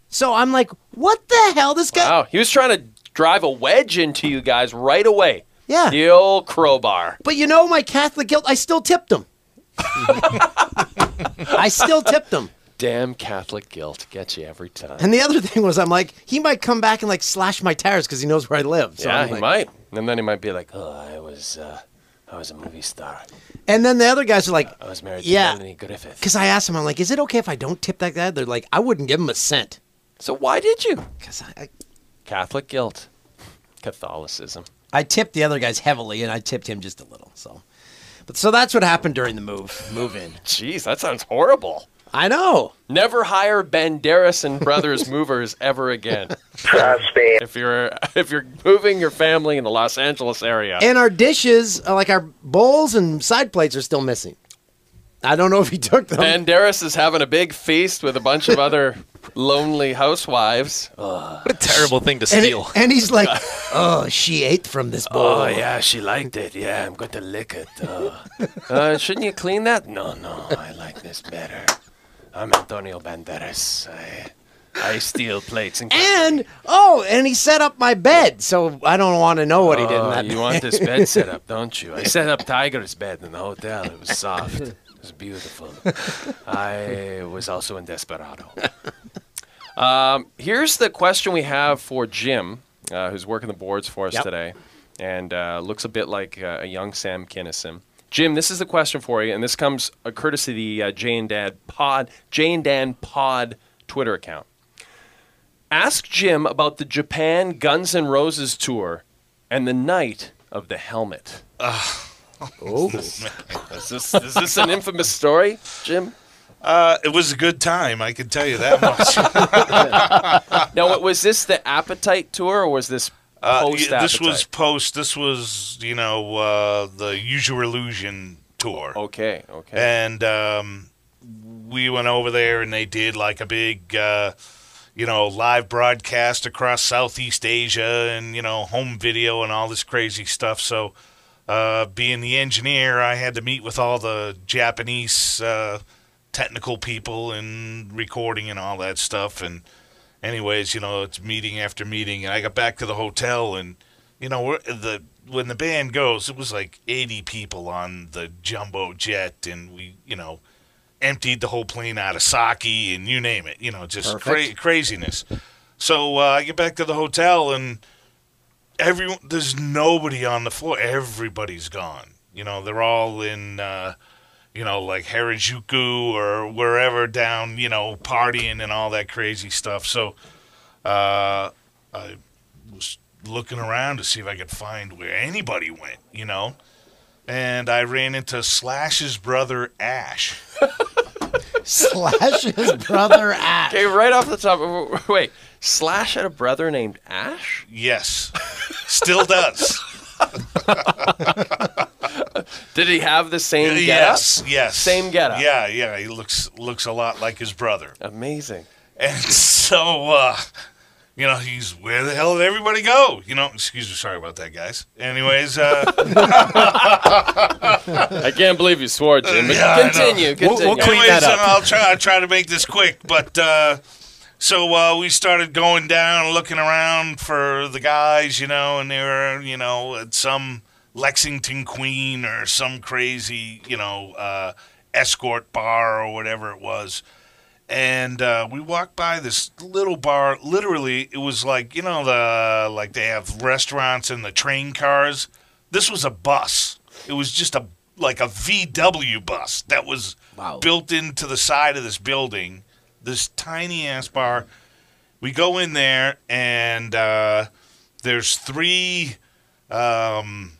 S2: So I'm like, what the hell? This guy.
S1: Wow, he was trying to drive a wedge into you guys right away.
S2: Yeah.
S1: The old crowbar.
S2: But you know, my Catholic guilt. I still tipped him. I still tipped him.
S1: Damn Catholic guilt gets you every time.
S2: And the other thing was, I'm like, he might come back and like slash my tires because he knows where I live. So
S1: yeah,
S2: I'm
S1: he
S2: like-
S1: might. And then he might be like, "Oh, I was, uh, I was a movie star.
S2: And then the other guys are like,
S1: I was married
S2: Yeah.
S1: to Melanie Griffith."
S2: because I asked them, I'm like, is it okay if I don't tip that guy? They're like, I wouldn't give him a cent.
S1: So why did you?
S2: Because I, I,
S1: Catholic guilt, Catholicism.
S2: I tipped the other guys heavily and I tipped him just a little. So, but so that's what happened during the move, move in.
S1: Jeez, that sounds horrible.
S2: I know.
S1: Never hire Banderas and Brothers movers ever again. If you're if you're moving your family in the Los Angeles area,
S2: And our dishes, uh, like our bowls and side plates, are still missing. I don't know if he took them.
S1: Banderas is having a big feast with a bunch of other lonely housewives.
S8: what a terrible thing to
S2: and, it-
S8: steal.
S2: and he's like, oh, she ate from this bowl.
S1: Oh, yeah, she liked it. Yeah, I'm going to lick it. Uh, uh, shouldn't you clean that? No, no, I like this better. I'm Antonio Banderas. I, I steal plates and.
S2: And oh, and he set up my bed, so I don't want to know what he did in
S1: Oh,
S2: that.
S1: you want this bed set up, don't you? I set up Tiger's bed in the hotel. It was soft. It was beautiful. I was also in Desperado. Um, here's the question we have for Jim, uh, who's working the boards for us
S2: Yep.
S1: today, and uh, looks a bit like uh, a young Sam Kinnison. Jim, this is the question for you, and this comes uh, courtesy of the uh, Jay and Dad Pod, Jay and Dan Pod Twitter account. Ask Jim about the Japan Guns N' Roses tour and the night of the helmet. Oh. is, this, is this an infamous story, Jim?
S7: Uh, it was a good time, I can tell you that much.
S1: Now, was this the Appetite tour or was this
S7: Uh,
S1: post
S7: yeah, this was post. This was you know uh, the Usual Illusion tour,
S1: Okay, okay.
S7: and um, we went over there and they did like a big uh, you know live broadcast across Southeast Asia and you know home video and all this crazy stuff. So uh, being the engineer, I had to meet with all the Japanese uh, technical people and recording and all that stuff and anyways, you know, it's meeting after meeting, and I got back to the hotel, and you know, we're the when the band goes, it was like 80 people on the jumbo jet, and we, you know, emptied the whole plane out of sake and you name it, you know, just cra-
S2: Perfect.
S7: craziness. So uh, I get back to the hotel, and everyone, there's nobody on the floor. Everybody's gone. You know, they're all in, uh, you know, like Harajuku or wherever down, you know, partying and all that crazy stuff. So uh, I was looking around to see if I could find where anybody went, you know. And I ran into Slash's brother Ash.
S2: Slash his brother Ash.
S1: Okay, right off the top. Wait, Slash had a brother named Ash.
S7: Yes, still does.
S1: Did he have the same? getup?
S7: yes, yes,
S1: Same getup.
S7: Yeah, yeah. He looks looks a lot like his brother.
S1: Amazing.
S7: And so, uh, you know, he's where the hell did everybody go? You know, excuse me, sorry about that, guys. Anyways, uh,
S1: I can't believe you swore, Jim. But
S7: Uh, Yeah, I know.
S1: continue.
S8: We'll- we'll
S1: Continue.
S8: clean
S7: anyways,
S8: that up.
S7: I'll try. I'll try to make this quick, but uh, so uh, we started going down, looking around for the guys, you know, and they were, you know, at some Lexington Queen or some crazy, you know, uh, escort bar or whatever it was. And uh, we walked by this little bar. Literally, it was like you know the like they have restaurants and the train cars. This was a bus. It was just a like a VW bus that was built into the side of this building. This tiny ass bar. We go in there and uh, there's three um,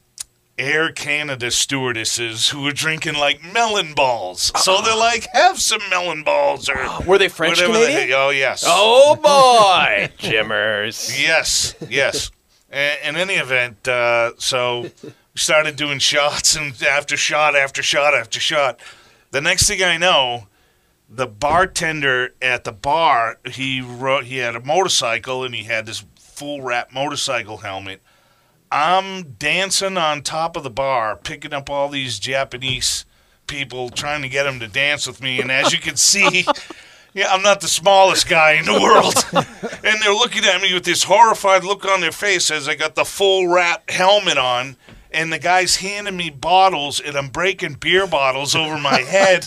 S7: Air Canada stewardesses who are drinking like melon balls. So they're like, have some melon balls or
S1: Were they French
S7: whatever the
S1: Canadian?
S7: heck- Oh yes.
S1: Oh boy, Jimmers.
S7: Yes, yes. A- In any event, uh, so we started doing shots and after shot after shot after shot. The next thing I know, the bartender at the bar he wrote he had a motorcycle and he had this full wrap motorcycle helmet. I'm dancing on top of the bar, picking up all these Japanese people, trying to get them to dance with me. And as you can see, yeah, I'm not the smallest guy in the world. and they're looking at me with this horrified look on their face as I got the full wrap helmet on. And the guy's handing me bottles, and I'm breaking beer bottles over my head.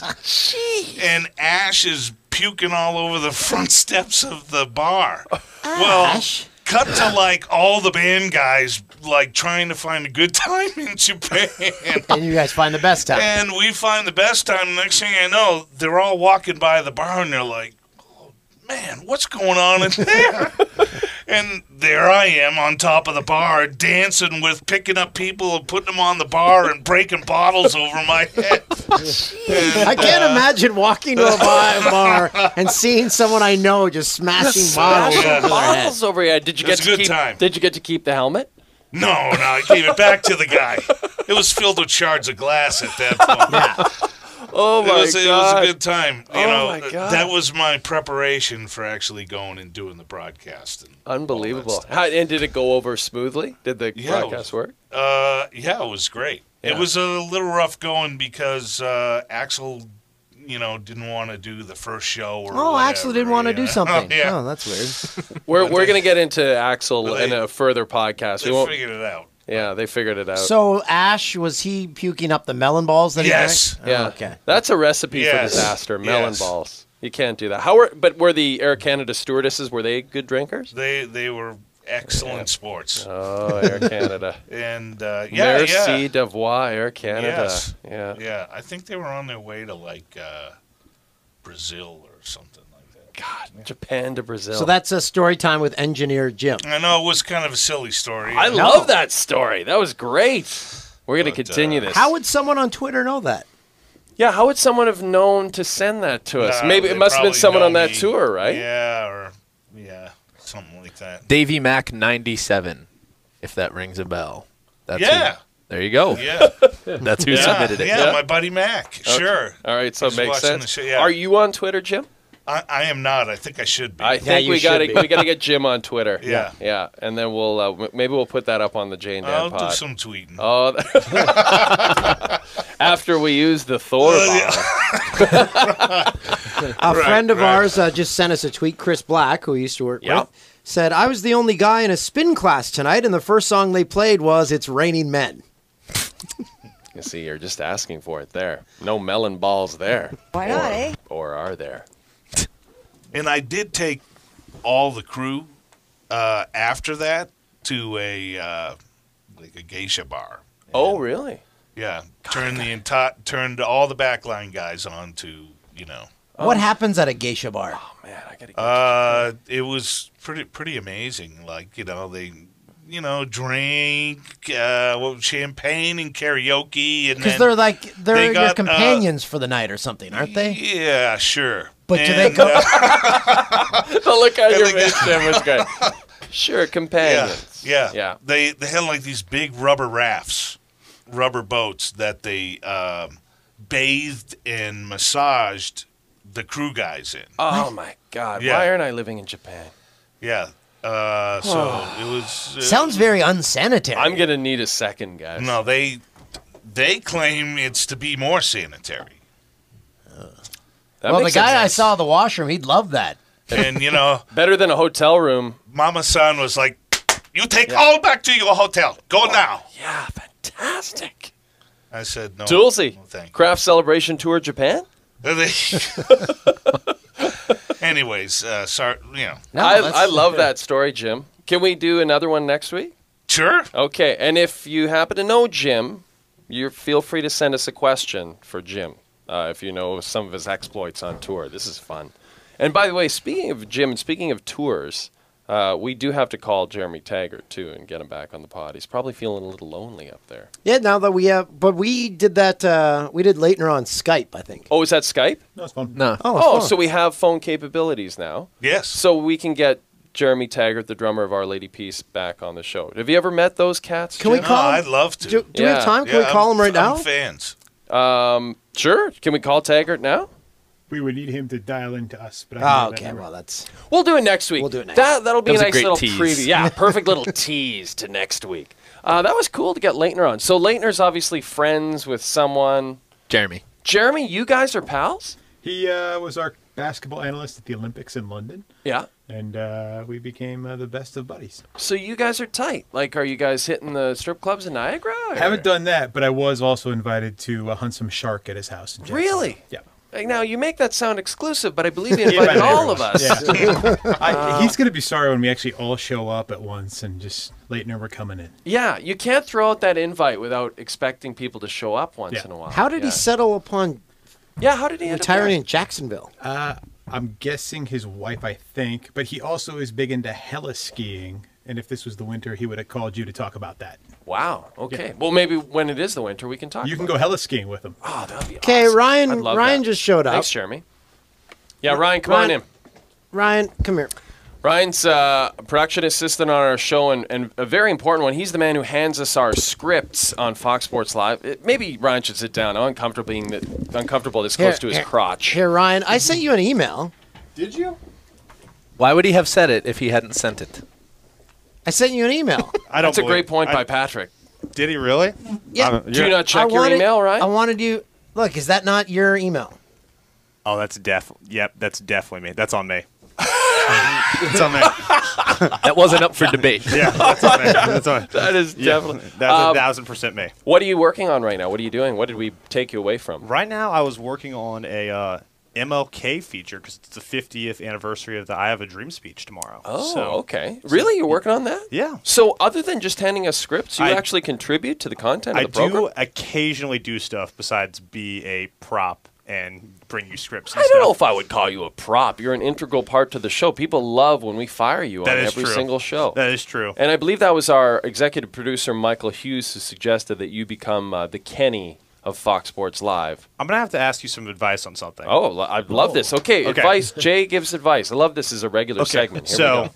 S7: and Ash is puking all over the front steps of the bar. Well,
S2: Ash?
S7: cut to like all the band guys like trying to find a good time in Japan.
S2: And you guys find the best time.
S7: and we find the best time. Next thing I know, they're all walking by the bar and they're like, oh, man, what's going on in there? and there I am on top of the bar dancing with picking up people and putting them on the bar and breaking bottles over my head.
S2: I can't imagine walking to a bi- bar and seeing someone I know just smashing bottles.
S7: Oh, yeah.
S2: over their head.
S1: Bottles over here. Did you
S7: It was
S1: get to
S7: a good
S1: keep?
S7: time.
S1: Did you get to keep the helmet?
S7: No, no, I gave it back to the guy. It was filled with shards of glass at that point.
S1: Oh my
S7: it, was, it was
S1: god.
S7: a good time. You
S1: Oh
S7: know,
S1: my
S7: th-
S1: God.
S7: that was my preparation for actually going and doing the broadcast. And,
S1: Unbelievable. How, and did it go over smoothly? Did the
S7: Yeah, it
S1: broadcast
S7: was-
S1: work?
S7: uh, yeah, it was great.
S1: Yeah.
S7: It was a little rough going because uh, Axel, you know, didn't want to do the first show. Or
S2: Oh, Axel didn't want
S7: whatever,
S2: to do
S7: you know?
S2: something.
S7: yeah,
S2: Oh, that's weird.
S1: We're, we're going to get into Axel
S7: But they-
S1: in a further podcast.
S7: they
S1: We won't.
S7: figured it out.
S1: Yeah, they figured it out.
S2: So Ash was he puking up the melon balls that he
S7: Yes.
S2: drank? Oh,
S1: yeah,
S2: okay.
S1: That's a recipe
S7: Yes.
S1: for disaster. Melon
S7: Yes.
S1: balls. You can't do that. How were? But were the Air Canada stewardesses? Were they good drinkers?
S7: They they were excellent sports.
S1: Oh, Air Canada.
S7: And uh, yeah,
S1: Merci
S7: yeah,
S1: d'avoir Air Canada.
S7: Yes.
S1: Yeah.
S7: yeah. I think they were on their way to like uh, Brazil or something like that.
S1: Japan to Brazil.
S2: So that's a story time with engineer Jim.
S7: I know it was kind of a silly story.
S1: I love that story. That was great. We're going to
S7: But,
S1: continue
S7: uh,
S1: this.
S2: How would someone on Twitter know that?
S1: yeah, how would someone have known to send that to us?
S7: Nah,
S1: Maybe
S7: Uh, they
S1: it must have been
S7: probably
S1: someone
S7: know
S1: on that
S7: me.
S1: tour, right?
S7: Yeah, or yeah, something like that.
S8: Davy Mac 97, if that rings a bell. That's who-
S7: Yeah.
S8: there you go.
S7: Yeah,
S8: That's who
S7: yeah,
S8: submitted it.
S7: yeah,
S1: Yeah.
S7: my buddy Mac. Sure,
S1: All right, so it
S7: Just
S1: makes
S7: watching
S1: sense.
S7: the show, yeah.
S1: Are you on Twitter, Jim?
S7: I, I am not. I think I should be.
S1: I
S2: Yeah,
S1: think
S2: you
S1: we got to
S2: should be.
S1: we got to get Jim on Twitter.
S7: Yeah.
S1: yeah, and then we'll uh, m- maybe we'll put that up on the Jane Dan
S7: I'll do
S1: pod.
S7: some tweeting.
S1: Oh, th- after we use the Thor
S7: Oh, yeah.
S1: bomb.
S2: A
S7: Right,
S2: friend of
S7: right.
S2: ours uh, just sent us a tweet. Chris Black, who we used to work
S8: Yep.
S2: with, said, I was the only guy in a spin class tonight, and the first song they played was It's Raining Men.
S1: You see, you're just asking for it there. No melon balls there. Why not, eh? Or are there?
S7: And I did take all the crew uh, after that to a uh, like a geisha bar.
S1: Oh, really?
S7: Yeah, turned the entire turned all the backline guys on to you know.
S1: Oh.
S2: What happens at a geisha bar?
S1: Man, I gotta.
S7: Uh, it was pretty pretty amazing. Like you know they. You know, drink, uh, well, champagne and karaoke, and
S2: Because
S7: then
S2: they're like, they're
S7: they
S2: your
S7: got, uh,
S2: companions for the night or something, aren't they?
S7: yeah, sure.
S2: But do
S7: and,
S2: they go-
S7: uh,
S1: the look on your
S7: think-
S1: face Jim, was good. Sure, companions.
S7: Yeah,
S1: yeah.
S7: They they had like these big rubber rafts, rubber boats that they um, bathed and massaged the crew guys in.
S1: Oh my God!
S7: Yeah.
S1: Why aren't I living in Japan?
S7: Yeah. Uh, so it was. Uh,
S2: Sounds very unsanitary.
S1: I'm gonna need a second, guys.
S7: no, they they claim it's to be more sanitary,
S1: That
S2: well, the
S1: makes
S2: guy I
S1: sense.
S2: saw at the washroom, he'd love that.
S7: and you know,
S1: better than a hotel room.
S7: Mama San was like, "You take all back to your hotel. Go now."
S1: Yeah, fantastic.
S7: I said, "No,
S1: Dulcie,
S7: no, thank you."
S1: Craft Celebration Tour Japan.
S7: Anyways, uh, sorry, you know,
S2: No,
S1: I,
S2: that's-
S1: I love that story, Jim. Can we do another one next week?
S7: sure.
S1: Okay, and if you happen to know Jim, you feel free to send us a question for Jim uh, if you know some of his exploits on tour. This is fun. And by the way, speaking of Jim and speaking of tours, uh, we do have to call Jeremy Taggart too and get him back on the pod. He's probably feeling a little lonely up there.
S2: Yeah, now that we have, but we did that, uh, we did Leitner on Skype, I think.
S1: Oh, is that Skype?
S8: No.
S2: Oh,
S1: oh,
S2: fuck.
S1: so we have phone capabilities now.
S7: Yes.
S1: So we can get Jeremy Taggart, the drummer of Our Lady Peace, back on the show. Have you ever met those cats?
S2: Can we
S1: Jim?
S7: no,
S2: call him?
S7: I'd love to.
S2: do, do we have
S1: Yeah.
S2: time? Can we
S7: Yeah,
S2: call
S7: I'm-
S2: him right now?
S7: I'm Fans.
S1: Um, Sure. Can we call Taggart now?
S9: We would need him to dial into us, but I
S2: Oh,
S9: know that
S2: okay.
S9: number.
S2: Well, that's
S1: Ah, We'll do it next week.
S2: We'll do it next
S1: That, that'll be
S8: That was
S1: a
S8: a
S1: nice
S8: great
S1: little
S8: tease.
S1: preview. Yeah, perfect little tease to next week. Uh, that was cool to get Leitner on. So Leitner's obviously friends with someone.
S8: Jeremy.
S1: Jeremy, you guys are pals?
S9: he uh, was our basketball analyst at the Olympics in London,
S1: Yeah.
S9: and uh, we became uh, the best of buddies.
S1: So you guys are tight. Like, are you guys hitting the strip clubs in Niagara? or-
S9: Haven't done that, but I was also invited to uh, hunt some shark at his house. In Jacksonville.
S1: Really?
S9: Yeah.
S1: Like, now you make that sound exclusive, but I believe you
S9: Yeah,
S1: invited
S9: right,
S1: all of
S9: right.
S1: us.
S9: Yeah. I, he's going to be sorry when we actually all show up at once and just Leitner, we're coming in.
S1: Yeah, you can't throw out that invite without expecting people to show up once
S9: Yeah.
S1: in a while.
S2: how
S1: Oh,
S2: did
S1: yeah.
S2: he settle upon
S1: Yeah, how did he end up there?
S2: retiring in Jacksonville?
S9: Uh, I'm guessing his wife, I think, but he also is big into hella skiing. And if this was the winter, he would have called you to talk about that.
S1: Wow. Okay. Well, maybe when it is the winter, we can talk.
S9: You can
S1: about
S9: go hella skiing with him.
S1: it. Oh, that'd be
S2: Okay,
S1: awesome. I'd
S2: Ryan.
S1: love
S2: Ryan
S1: that.
S2: just showed up.
S1: Thanks, Jeremy. Yeah, Ryan, come on
S2: Ryan-
S1: in.
S2: Ryan, come here.
S1: Ryan's uh, production assistant on our show, and, and a very important one. He's the man who hands us our scripts on Fox Sports Live. It- maybe Ryan should sit down. I'm uncomfortable being th- uncomfortable this close
S2: Here,
S1: to his
S2: here,
S1: crotch.
S2: Here, Ryan. I sent you an email.
S9: Did you?
S8: Why would he have said it if he hadn't sent it?
S2: I sent you an email.
S10: I don't
S1: That's a
S7: Oh,
S1: great
S10: believe-
S1: point
S10: I-
S1: by Patrick.
S10: Did he really?
S2: Yeah.
S10: I don't-
S1: Do Uh, you
S10: you're-
S1: not check
S2: I
S1: your
S2: wanted,
S1: email, Ryan?
S2: I wanted you. Look, is that not your email?
S10: Oh, that's def. Yep, that's definitely me. That's on me. it's on me.
S8: That wasn't up for debate.
S10: Yeah, that's on me. That's on.
S1: that is
S10: Yeah,
S1: definitely.
S10: that's
S1: Um,
S10: a thousand percent me.
S1: what are you working on right now? What are you doing? What did we take you away from?
S10: Right now, I was working on a uh, MLK feature because it's the 50th anniversary of the "I Have a Dream" speech tomorrow.
S1: Oh,
S10: So-
S1: okay. Really, you're working on that?
S10: Yeah.
S1: So, other than just handing us scripts, you
S10: I-
S1: actually contribute to the content
S10: I
S1: of the program.
S10: do occasionally do stuff besides be a prop and bring you scripts. And
S1: I don't know
S10: stuff.
S1: if I would call you a prop. You're an integral part to the show. People love when we fire you
S10: That
S1: on
S10: is
S1: every
S10: true.
S1: single show.
S10: That is true.
S1: and I believe that was our executive producer Michael Hughes who suggested that you become uh, the Kenny of Fox Sports Live.
S10: I'm gonna have to ask you some advice on something.
S1: Oh, lo- I love this. Okay,
S10: Okay.
S1: advice. Jay gives advice. I love this as a regular segment. Here we
S10: so,
S1: go.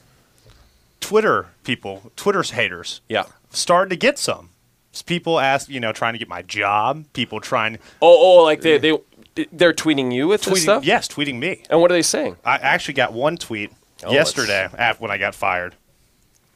S10: Twitter people, Twitter's haters,
S1: yeah.
S10: started to get some. It's people ask, you know, trying to get my job. People trying,
S1: Oh, oh, like they they they're tweeting you with this
S10: tweeting,
S1: stuff.
S10: yes, tweeting me.
S1: And what are they saying?
S10: I actually got one tweet
S1: Oh,
S10: yesterday af when I got fired.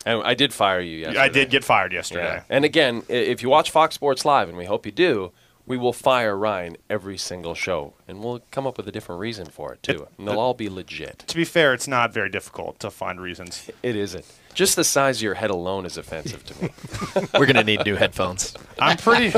S1: And I did fire you yesterday.
S10: I did get fired yesterday.
S1: Yeah. And again, i- if you watch Fox Sports Live, and we hope you do, we will fire Ryan every single show, and we'll come up with a different reason for it too. and they'll all be legit.
S7: To be fair, it's not very difficult to find reasons.
S1: It isn't. Just the size of your head alone is offensive to me.
S8: We're gonna need new headphones.
S7: I'm pretty,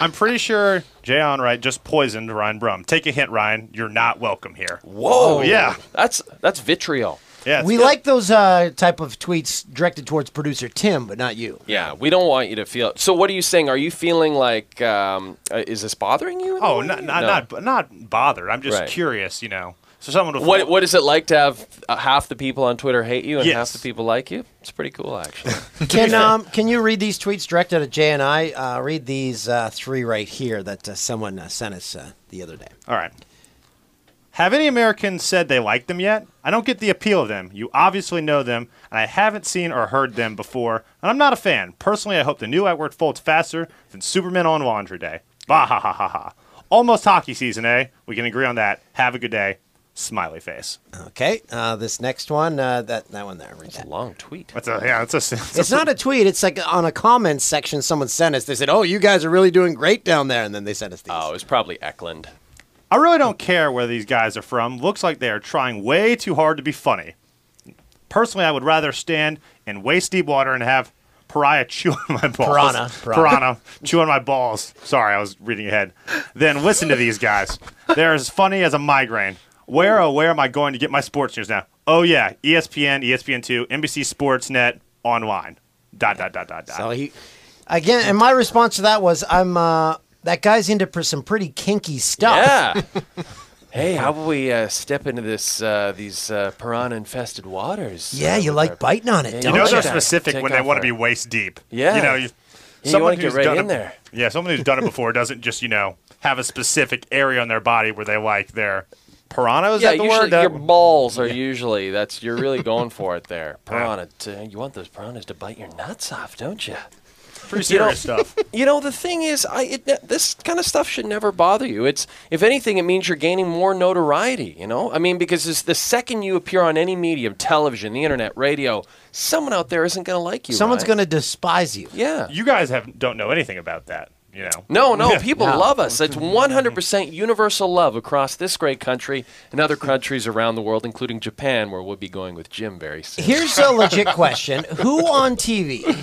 S7: I'm pretty sure Jay Onright just poisoned Ryan Brum. Take a hint, Ryan. You're not welcome here.
S1: Whoa!
S7: yeah,
S1: that's that's vitriol.
S7: yeah.
S2: we like those uh, type of tweets directed towards producer Tim, but not you.
S1: Yeah, we don't want you to feel. So, what are you saying? Are you feeling like um, uh, is this bothering you? in
S7: Oh,
S1: any
S7: not
S1: way?
S7: not
S1: No.
S7: not, not bothered. I'm just
S1: Right.
S7: curious, you know. So someone will
S1: What What is it like to have uh, half the people on Twitter hate you and half
S7: Yes.
S1: the people like you? It's pretty cool, actually.
S2: Can um can you read these tweets directed at Jay and I? Uh, read these uh, three right here that uh, someone uh, sent us uh, the other day.
S7: All right. Have any Americans said they like them yet? I don't get the appeal of them. You obviously know them, and I haven't seen or heard them before, and I'm not a fan. Personally, I hope the new network folds faster than Superman on Laundry Day. Bah ha ha ha ha. Almost hockey season, eh? We can agree on that. Have a good day. Smiley face.
S2: Okay, uh, this next one, uh, that that one there. Read that.
S1: Long tweet.
S7: That's a yeah. That's a. That's
S2: It's not a tweet. It's like on a comments section. Someone sent us. They said, "Oh, you guys are really doing great down there," and then they sent us these.
S1: Oh, it's probably Eklund.
S7: I really don't care where these guys are from. Looks like they are trying way too hard to be funny. Personally, I would rather stand in waist deep water and have pariah chew on my balls.
S2: Piranha.
S7: Piranha. chew on my balls. Sorry, I was reading ahead. Then listen to these guys. They're as funny as a migraine. Where, oh, where am I going to get my sports news now? Oh, yeah. ESPN, ESPN2, NBC Sportsnet, online. Dot, dot, dot, dot, dot.
S2: So he, again, and my response to that was, "I'm uh, that guy's into pr- some pretty kinky stuff."
S1: Yeah. hey, how about we uh, step into this uh, these uh, piranha infested waters?
S2: Yeah, you like biting on it,
S1: You
S7: you
S2: don't
S7: know
S2: you?
S7: they're
S1: Take off-
S7: specific
S1: take
S7: when they
S1: off
S7: want to
S1: our-
S7: be waist deep.
S1: Yeah.
S7: You know, you,
S1: Yeah, you
S7: someone
S1: wanna get
S7: who's
S1: right
S7: done
S1: in
S7: it,
S1: there.
S7: Yeah, someone who's done it before doesn't just, you know, have a specific area on their body where they like their piranha. Is
S1: yeah,
S7: that the
S1: usually
S7: word? That-
S1: your balls are usually that's you're really going for it there. Piranha, to, you want those piranhas to bite your nuts off, don't you?
S7: pretty
S1: you know-
S7: serious stuff.
S1: You know the thing is, I it, ne- this kind of stuff should never bother you. It's if anything, it means you're gaining more notoriety. You know, I mean, because it's the second you appear on any medium, television, the internet, radio, someone out there isn't going to like you.
S2: Someone's
S1: right?
S2: gonna despise you.
S1: yeah.
S7: You guys have don't know anything about that, you know.
S1: No, no, people
S2: No.
S1: love us. It's 100% universal love across this great country and other countries around the world, including Japan, where we'll be going with Jim very soon.
S2: Here's a legit question: Who on TV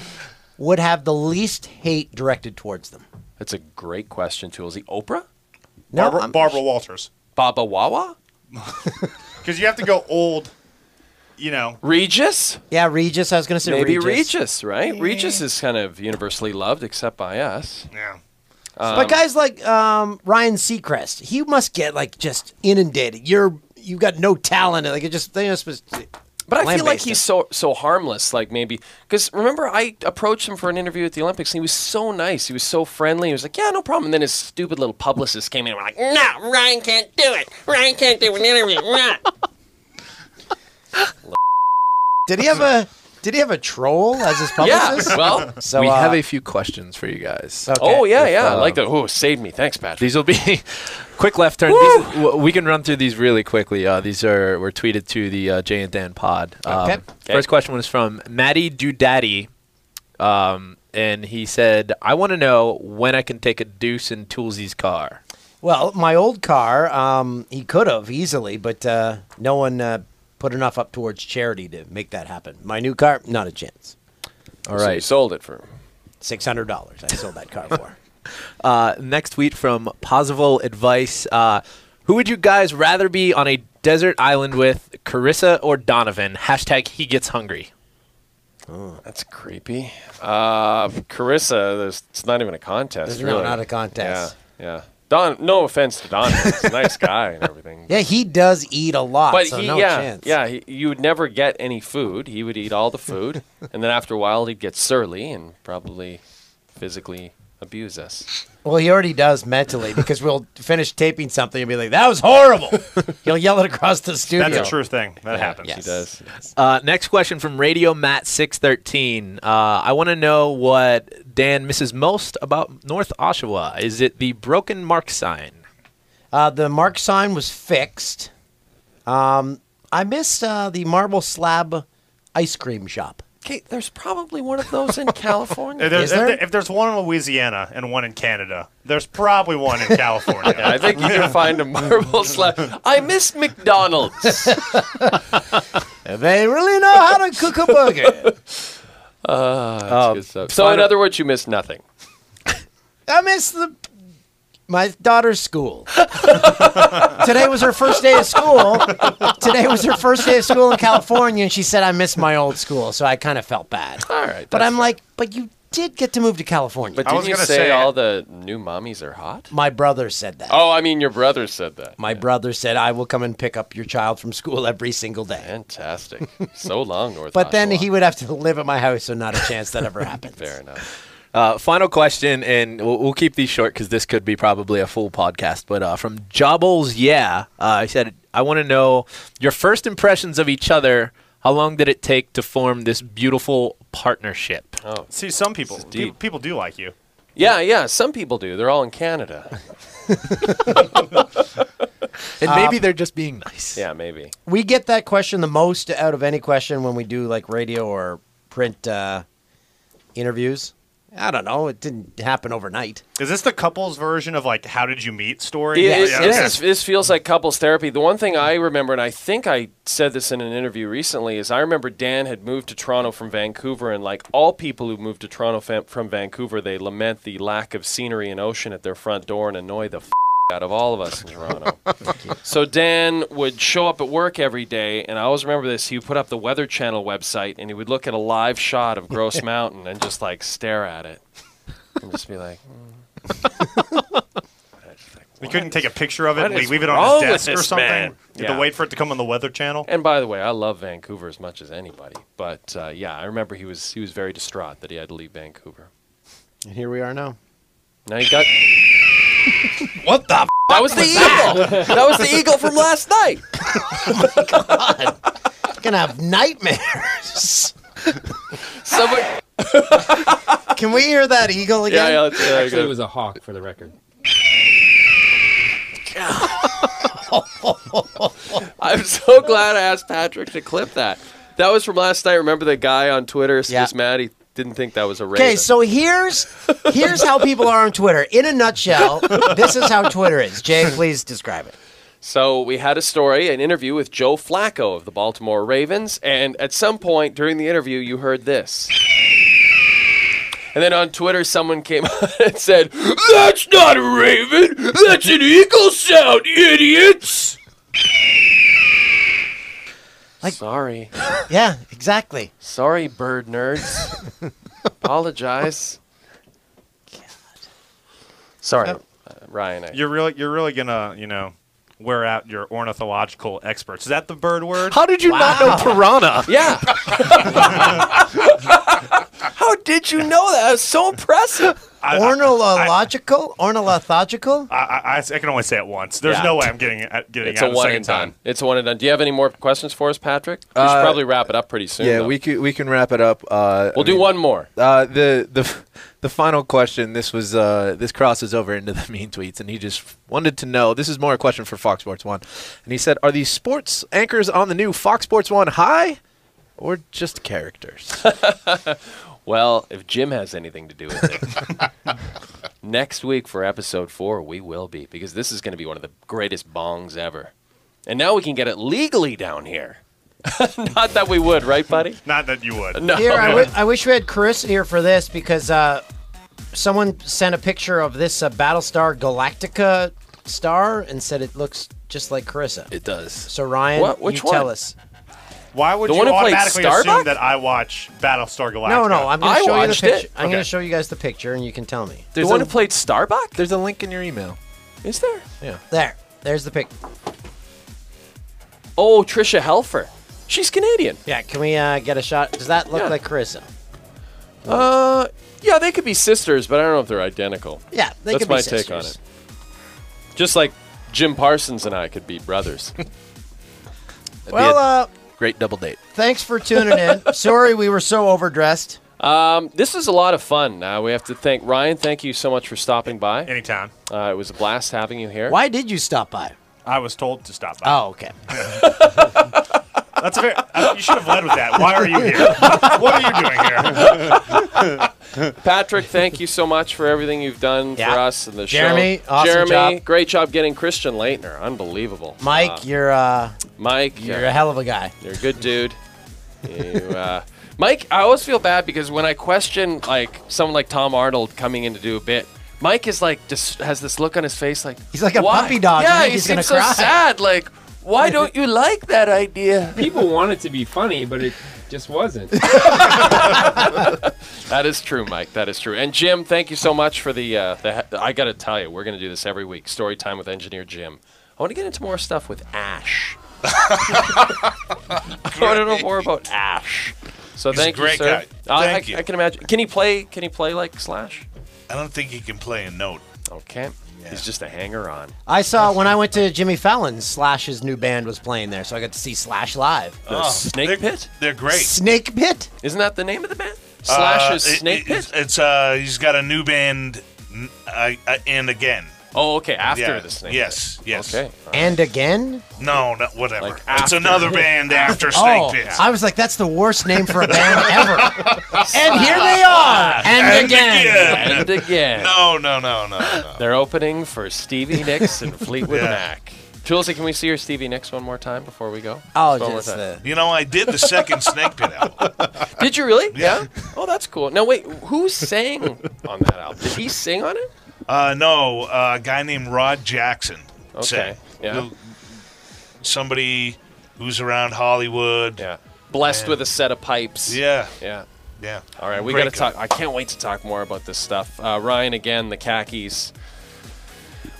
S2: would have the least hate directed towards them?
S1: That's a great question, Toolsy. Oprah?
S7: Barbara,
S2: I'm-
S7: Barbara Walters.
S1: Baba Wawa?
S7: Because you have to go old, you know.
S1: Regis?
S2: Yeah, Regis. I was gonna say
S1: Maybe
S2: Regis.
S1: Regis, right? Regis is kind of universally loved, except by us.
S7: Yeah.
S2: but guys like um, Ryan Seacrest, he must get like just inundated. You're you've got no talent. Like it just they just was-
S1: But I feel like
S2: lambasted.
S1: he's so so harmless. Like maybe because remember I approached him for an interview at the Olympics, and he was so nice. He was so friendly. He was like, "Yeah, no problem." And then his stupid little publicist came in and were like, "No, Ryan can't do it. Ryan can't do an interview." Rah."
S2: Did he have a did he have a troll as his
S1: yeah.
S2: publicist?
S1: Well.
S2: So
S8: we
S2: uh,
S8: have a few questions for you guys.
S2: okay.
S1: Oh yeah,
S8: If,
S1: yeah. I
S8: um,
S1: like the oh saved me. Thanks, Patrick.
S8: These will be quick left turn. These, w- we can run through these really quickly. Uh, these are were tweeted to the uh, Jay and Dan pod. Um,
S2: Okay.
S8: First question was from Matty Dudaddy, um, and he said, "I want to know when I can take a deuce in Toolsy's car."
S2: Well, my old car, um, he could have easily, but uh, no one uh, put enough up towards charity to make that happen. My new car, not a chance.
S8: All
S1: So you
S8: right.
S1: sold it for
S2: Six hundred dollars. I sold that car for.
S8: Uh, next tweet from Posival Advice. Uh, who would you guys rather be on a desert island with, Carissa or Donovan? Hashtag he gets hungry.
S1: that's creepy. Uh, Carissa, there's, it's not even a contest.
S2: No,
S1: really.
S2: not a contest.
S1: Yeah, yeah. Don, no offense to Don, he's a nice guy and everything.
S2: Yeah, he does eat a lot,
S1: But
S2: so
S1: he,
S2: no
S1: yeah,
S2: chance.
S1: yeah, he, you would never get any food. He would eat all the food, and then after a while, he'd get surly and probably physically abuse us.
S2: Well, he already does mentally because we'll finish taping something and be like, "That was horrible." He'll yell it across the studio.
S7: That's a true thing. That happens.
S1: He does.
S8: Uh, next question from Radio Matt six thirteen. Uh, I want to know what Dan misses most about North Oshawa. Is it the broken mark sign?
S2: Uh, the mark sign was fixed. Um, I missed uh, the marble slab ice cream shop.
S1: Okay, there's probably one of those in California.
S10: If there's, if there- if there's one in Louisiana and one in Canada, there's probably one in California.
S1: Yeah, I think you can find a marble slab. I miss McDonald's.
S2: they really know how to cook a burger.
S1: Uh, that's good stuff. So, in
S2: Final-
S1: other words, you missed nothing.
S2: I miss the my daughter's school. Today was her first day of school. Today was her first day of school in California, and she said, "I miss my old school," so I kind of felt bad.
S1: All right,
S2: but I'm like, but you did get to move to California.
S1: But did you say, all the new mommies are hot?
S2: My brother said that.
S1: Oh, I mean, your brother said that.
S2: My brother said, "I will come and pick up your child from school every single day."
S1: Fantastic. So long, North.
S2: But then he would have to live at my house, so not a chance that ever happened.
S1: Fair enough.
S8: Uh, final question, and we'll, we'll keep these short because this could be probably a full podcast. But uh, from Jobbles, yeah, uh, I said I want to know your first impressions of each other. How long did it take to form this beautiful partnership?
S1: Oh,
S10: See, some people pe- people do like you.
S1: yeah, yeah. Some people do. They're all in Canada.
S8: and maybe they're just being nice.
S1: Yeah, maybe.
S2: We get that question the most out of any question when we do like radio or print uh, interviews. I don't know. It didn't happen overnight.
S10: Is this the couples version of like how did you meet
S1: It-
S10: story?
S1: it-
S10: Yeah,
S1: this,
S10: okay.
S1: is- this feels like couples therapy. The one thing I remember, and I think I said this in an interview recently, is I remember Dan had moved to Toronto from Vancouver, and like all people who move to Toronto fam- from Vancouver, they lament the lack of scenery and ocean at their front door and annoy the f- out of all of us in Toronto. so Dan would show up at work every day, and I always remember this. He would put up the Weather Channel website, and he would look at a live shot of Gross Mountain and just like stare at it, and just be like.
S10: We couldn't take a picture of it.
S1: What
S10: and like,
S1: is
S10: leave it
S1: wrong
S10: on
S1: with
S10: his desk or
S1: this
S10: something.
S1: man?
S10: You have
S1: Yeah.
S10: to wait for it to come on the Weather Channel.
S1: And by the way, I love Vancouver as much as anybody. But uh, yeah, I remember he was he was very distraught that he had to leave Vancouver.
S2: And here we are now.
S1: Now he got
S8: What the? F-
S1: that was the eagle. that was the eagle from last night.
S2: Gonna have nightmares.
S1: Somebody,
S2: Can we hear that eagle
S1: yeah,
S2: again?
S1: yeah, let's- yeah,
S3: Actually, it
S1: go.
S3: was a hawk for the record.
S1: I'm so glad I asked Patrick to clip that. That was from last night. Remember the guy on Twitter,
S2: Yeah.
S1: just mad he didn't think that was a raven.
S2: Okay, so here's here's how people are on Twitter. In a nutshell, this is how Twitter is. Jay, please describe it.
S1: So we had a story, an interview with Joe Flacco of the Baltimore Ravens, and at some point during the interview, you heard this. And then on Twitter, someone came out and said, "That's not a raven. That's an eagle sound, idiots."
S2: Like-
S1: sorry,
S2: Yeah, exactly.
S1: sorry, bird nerds. Apologize. Sorry, uh, Ryan. I,
S10: You're really you're really gonna you know wear out your ornithological experts. Is that the bird word?
S8: How did you not know piranha?
S1: yeah. How did you know that? That was so impressive.
S10: I, I,
S2: Ornological? Ornithological?
S10: I, I, I can only say it once. There's
S1: Yeah.
S10: no way I'm getting it- getting
S1: It's
S10: out
S1: a one
S10: second
S1: and done. It's a one and done. Do you have any more questions for us, Patrick? We should
S8: Uh,
S1: probably wrap it up pretty soon.
S8: Yeah,
S1: though.
S8: we can we can wrap it up. Uh,
S1: We'll
S8: I
S1: do
S8: mean,
S1: one more.
S8: Uh, the the the final question. This was uh, this crosses over into the mean tweets, and he just wanted to know. This is more a question for Fox Sports One, and he said, "Are these sports anchors on the new Fox Sports One high, or just characters?"
S1: Well, if Jim has anything to do with it, next week for episode four, we will be because this is going to be one of the greatest bongs ever. And now we can get it legally down here. Not that we would, right, buddy?
S10: Not that you would.
S1: No.
S2: Here, I, w- I wish we had Carissa here for this because uh, someone sent a picture of this uh, Battlestar Galactica star and said it looks just like Carissa.
S8: it does.
S2: so Ryan,
S1: What? Which
S2: you tell
S1: one?
S2: us.
S10: Why would
S1: The
S10: you
S1: one who played
S10: automatically
S1: Starbuck?
S10: assume that I watch Battlestar Galactica?
S2: No, no, I'm
S1: I
S2: going to show you the
S1: watched it.
S2: picture. I'm going
S10: Okay.
S2: to show you guys the picture and you can tell me.
S1: The
S8: There's
S1: one
S8: a,
S1: who played Starbuck?
S8: there's a link in your email.
S1: Is there?
S2: There. There's the pic.
S1: Oh, Trisha Helfer. She's Canadian.
S2: Yeah, can we uh, get a shot? Does that look
S1: Yeah.
S2: like Carissa?
S1: Uh, yeah, they could be sisters, but I don't know if they're identical.
S2: Yeah, they
S1: That's
S2: could be
S1: my
S2: sisters.
S1: take on it. Just like Jim Parsons and I could be brothers.
S8: That'd be
S2: Well,
S8: a
S2: uh,
S8: great double date.
S2: thanks for tuning in. Sorry we were so overdressed.
S1: um, this is a lot of fun. Uh, we have to thank Ryan. Thank you so much for stopping by.
S10: Anytime.
S1: Uh, it was a blast having you here.
S2: Why did you stop by?
S10: I was told to stop by.
S2: Oh, okay.
S10: That's very. uh, you should have led with that. Why are you here? what are you doing here?
S1: Patrick, thank you so much for everything you've done for us and the
S2: Jeremy,
S1: show.
S2: awesome
S1: Jeremy,
S2: job.
S1: great job getting Christian Leitner. Unbelievable.
S2: Mike,
S1: Uh,
S2: you're uh,
S1: Mike,
S2: you're
S1: uh,
S2: a hell of a guy.
S1: You're a good dude. You, uh, Mike, I always feel bad because when I question like someone like Tom Arnold coming in to do a bit, Mike is like just has this look on his face like
S2: He's like a
S1: "Why?"
S2: puppy dog. You
S1: Yeah,
S2: think
S1: he
S2: he's
S1: seems
S2: gonna
S1: so
S2: cry.
S1: sad. Like, why don't you like that idea?
S3: People want it to be funny, but it just wasn't.
S1: That is true, Mike. That is true. And Jim, thank you so much for the. Uh, the I got to tell you, we're going to do this every week. Story time with engineer Jim. I want to get into more stuff with Ash. I want to know more about Ash. So
S7: He's a
S1: thank
S7: great
S1: you, sir.
S7: guy.
S1: I-
S7: Thank
S1: I,
S7: you.
S1: I can imagine. Can he play? Can he play like Slash?
S7: I don't think he can play a note.
S1: Okay. He's just a hanger-on.
S2: I saw when I went to Jimmy Fallon, Slash's new band was playing there, so I got to see Slash live.
S1: The Snake
S7: they're,
S1: Pit.
S7: They're Oh, great.
S2: Snake Pit.
S1: Isn't that the name of the band?
S7: Uh,
S1: Slash's
S7: it-
S1: Snake
S7: it-
S1: Pit.
S7: It's, uh, he's got a new band, n- I, I, and again.
S1: oh, okay. After
S7: Yeah.
S1: the Snake.
S7: Yes,
S1: Pit.
S7: yes.
S1: Okay.
S2: And again?
S7: No, no, whatever.
S1: Like
S7: it's
S1: after.
S7: another band after Snake
S2: Oh,
S7: Pit.
S2: I was like, that's the worst name for a band ever. and here they are. And,
S7: And
S2: again.
S7: again.
S1: And again.
S7: No, no, no, no, no.
S1: They're opening for Stevie Nicks and Fleetwood
S7: Yeah.
S1: Mac. Tulsi, can we see your Stevie Nicks one more time before we go?
S2: Oh,
S1: Just one more
S2: just uh,
S1: time.
S2: the.
S7: You know, I did the second Snake Pit album.
S1: Did you really?
S7: Yeah.
S1: Oh, that's cool. Now wait, who sang on that album? Did he sing on it?
S7: Uh, no, uh, a guy named Rod Jackson.
S1: Okay,
S7: sang.
S1: yeah.
S7: Somebody who's around Hollywood.
S1: Yeah. Blessed
S7: Man.
S1: with a set of pipes.
S7: Yeah.
S1: Yeah.
S7: yeah.
S1: All right, we
S7: Great
S1: got to
S7: guy.
S1: talk. I can't wait to talk more about this stuff. Uh, Ryan again, the khakis.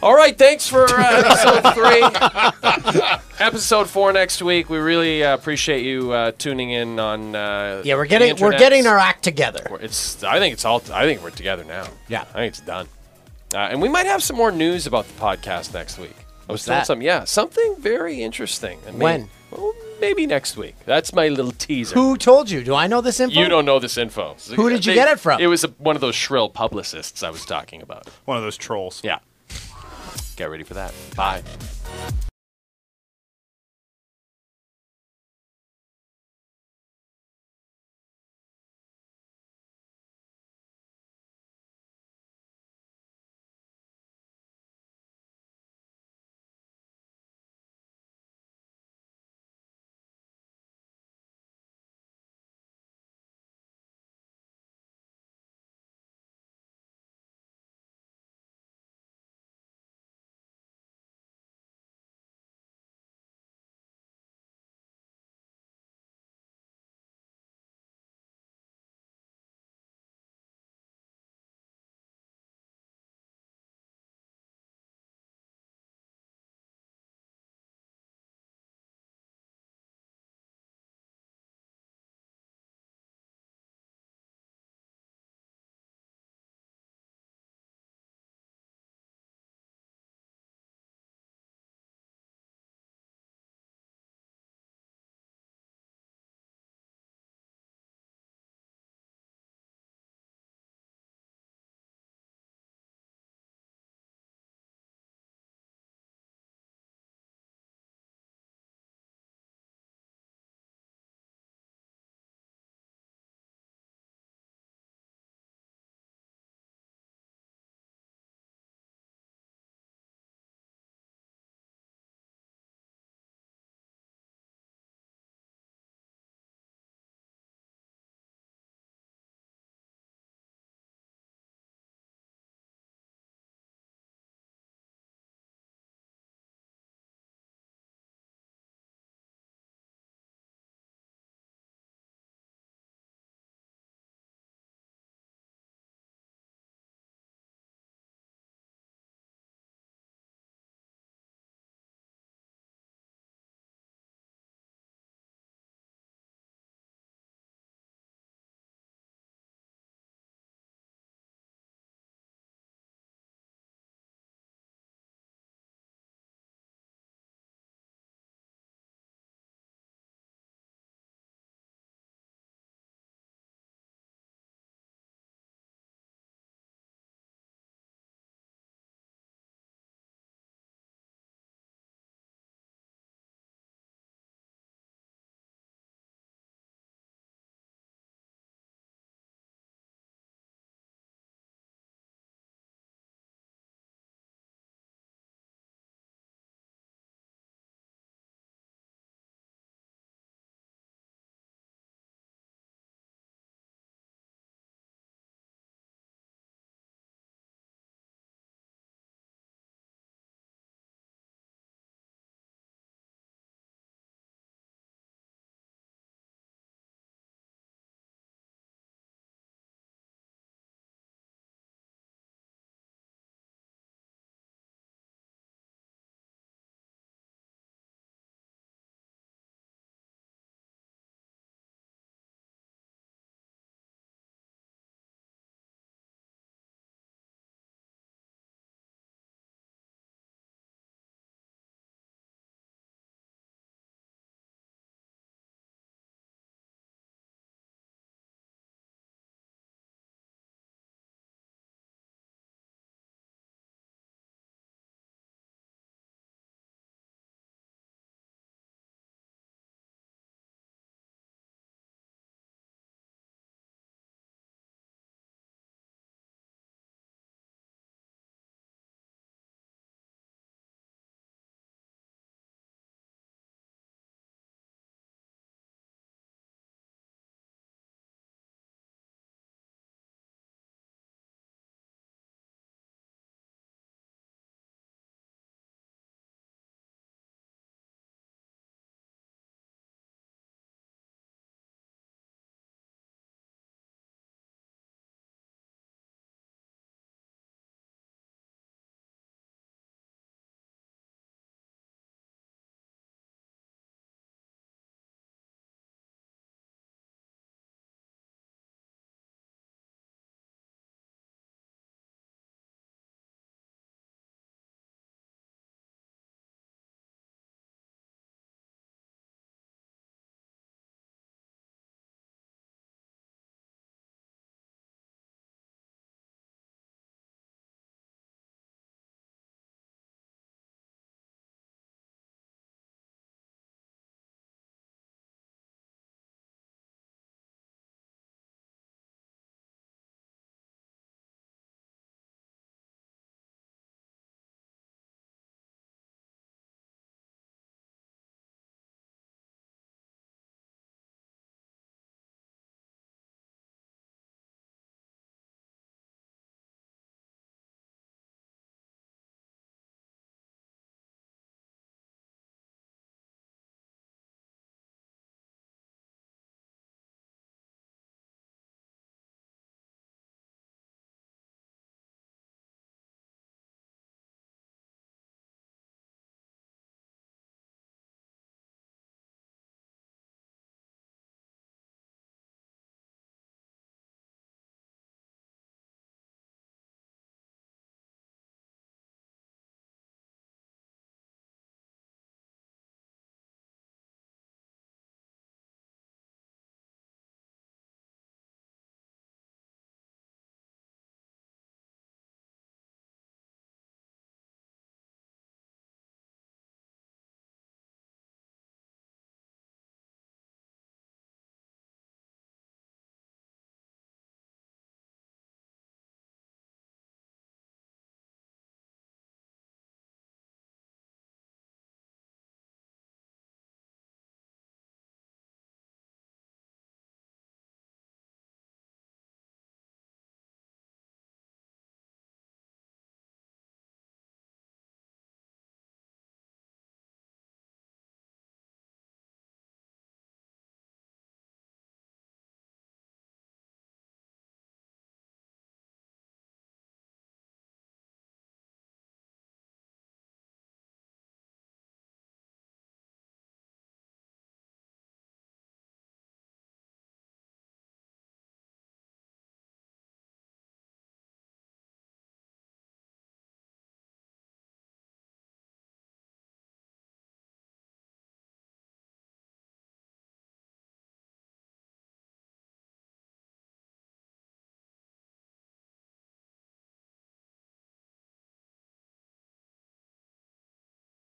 S1: All right, thanks for uh, episode three. episode four next week. We really uh, appreciate you uh, tuning in on. Uh,
S2: Yeah, we're
S1: the
S2: getting we're
S1: internets.
S2: getting our act together.
S1: We're- It's. I think it's all. I think we're together now.
S2: Yeah.
S1: I think it's done. Uh, and we might have some more news about the podcast next week. I was telling
S2: that?
S1: some. Yeah, something very interesting. And
S2: When?
S1: Maybe, well, maybe next week. That's my little teaser.
S2: Who told you? Do I know this info?
S1: You don't know this info.
S2: Who did you get it from?
S1: It was a, one of those shrill publicists I was talking about.
S10: One of those trolls.
S1: Yeah. Get ready for that. Bye.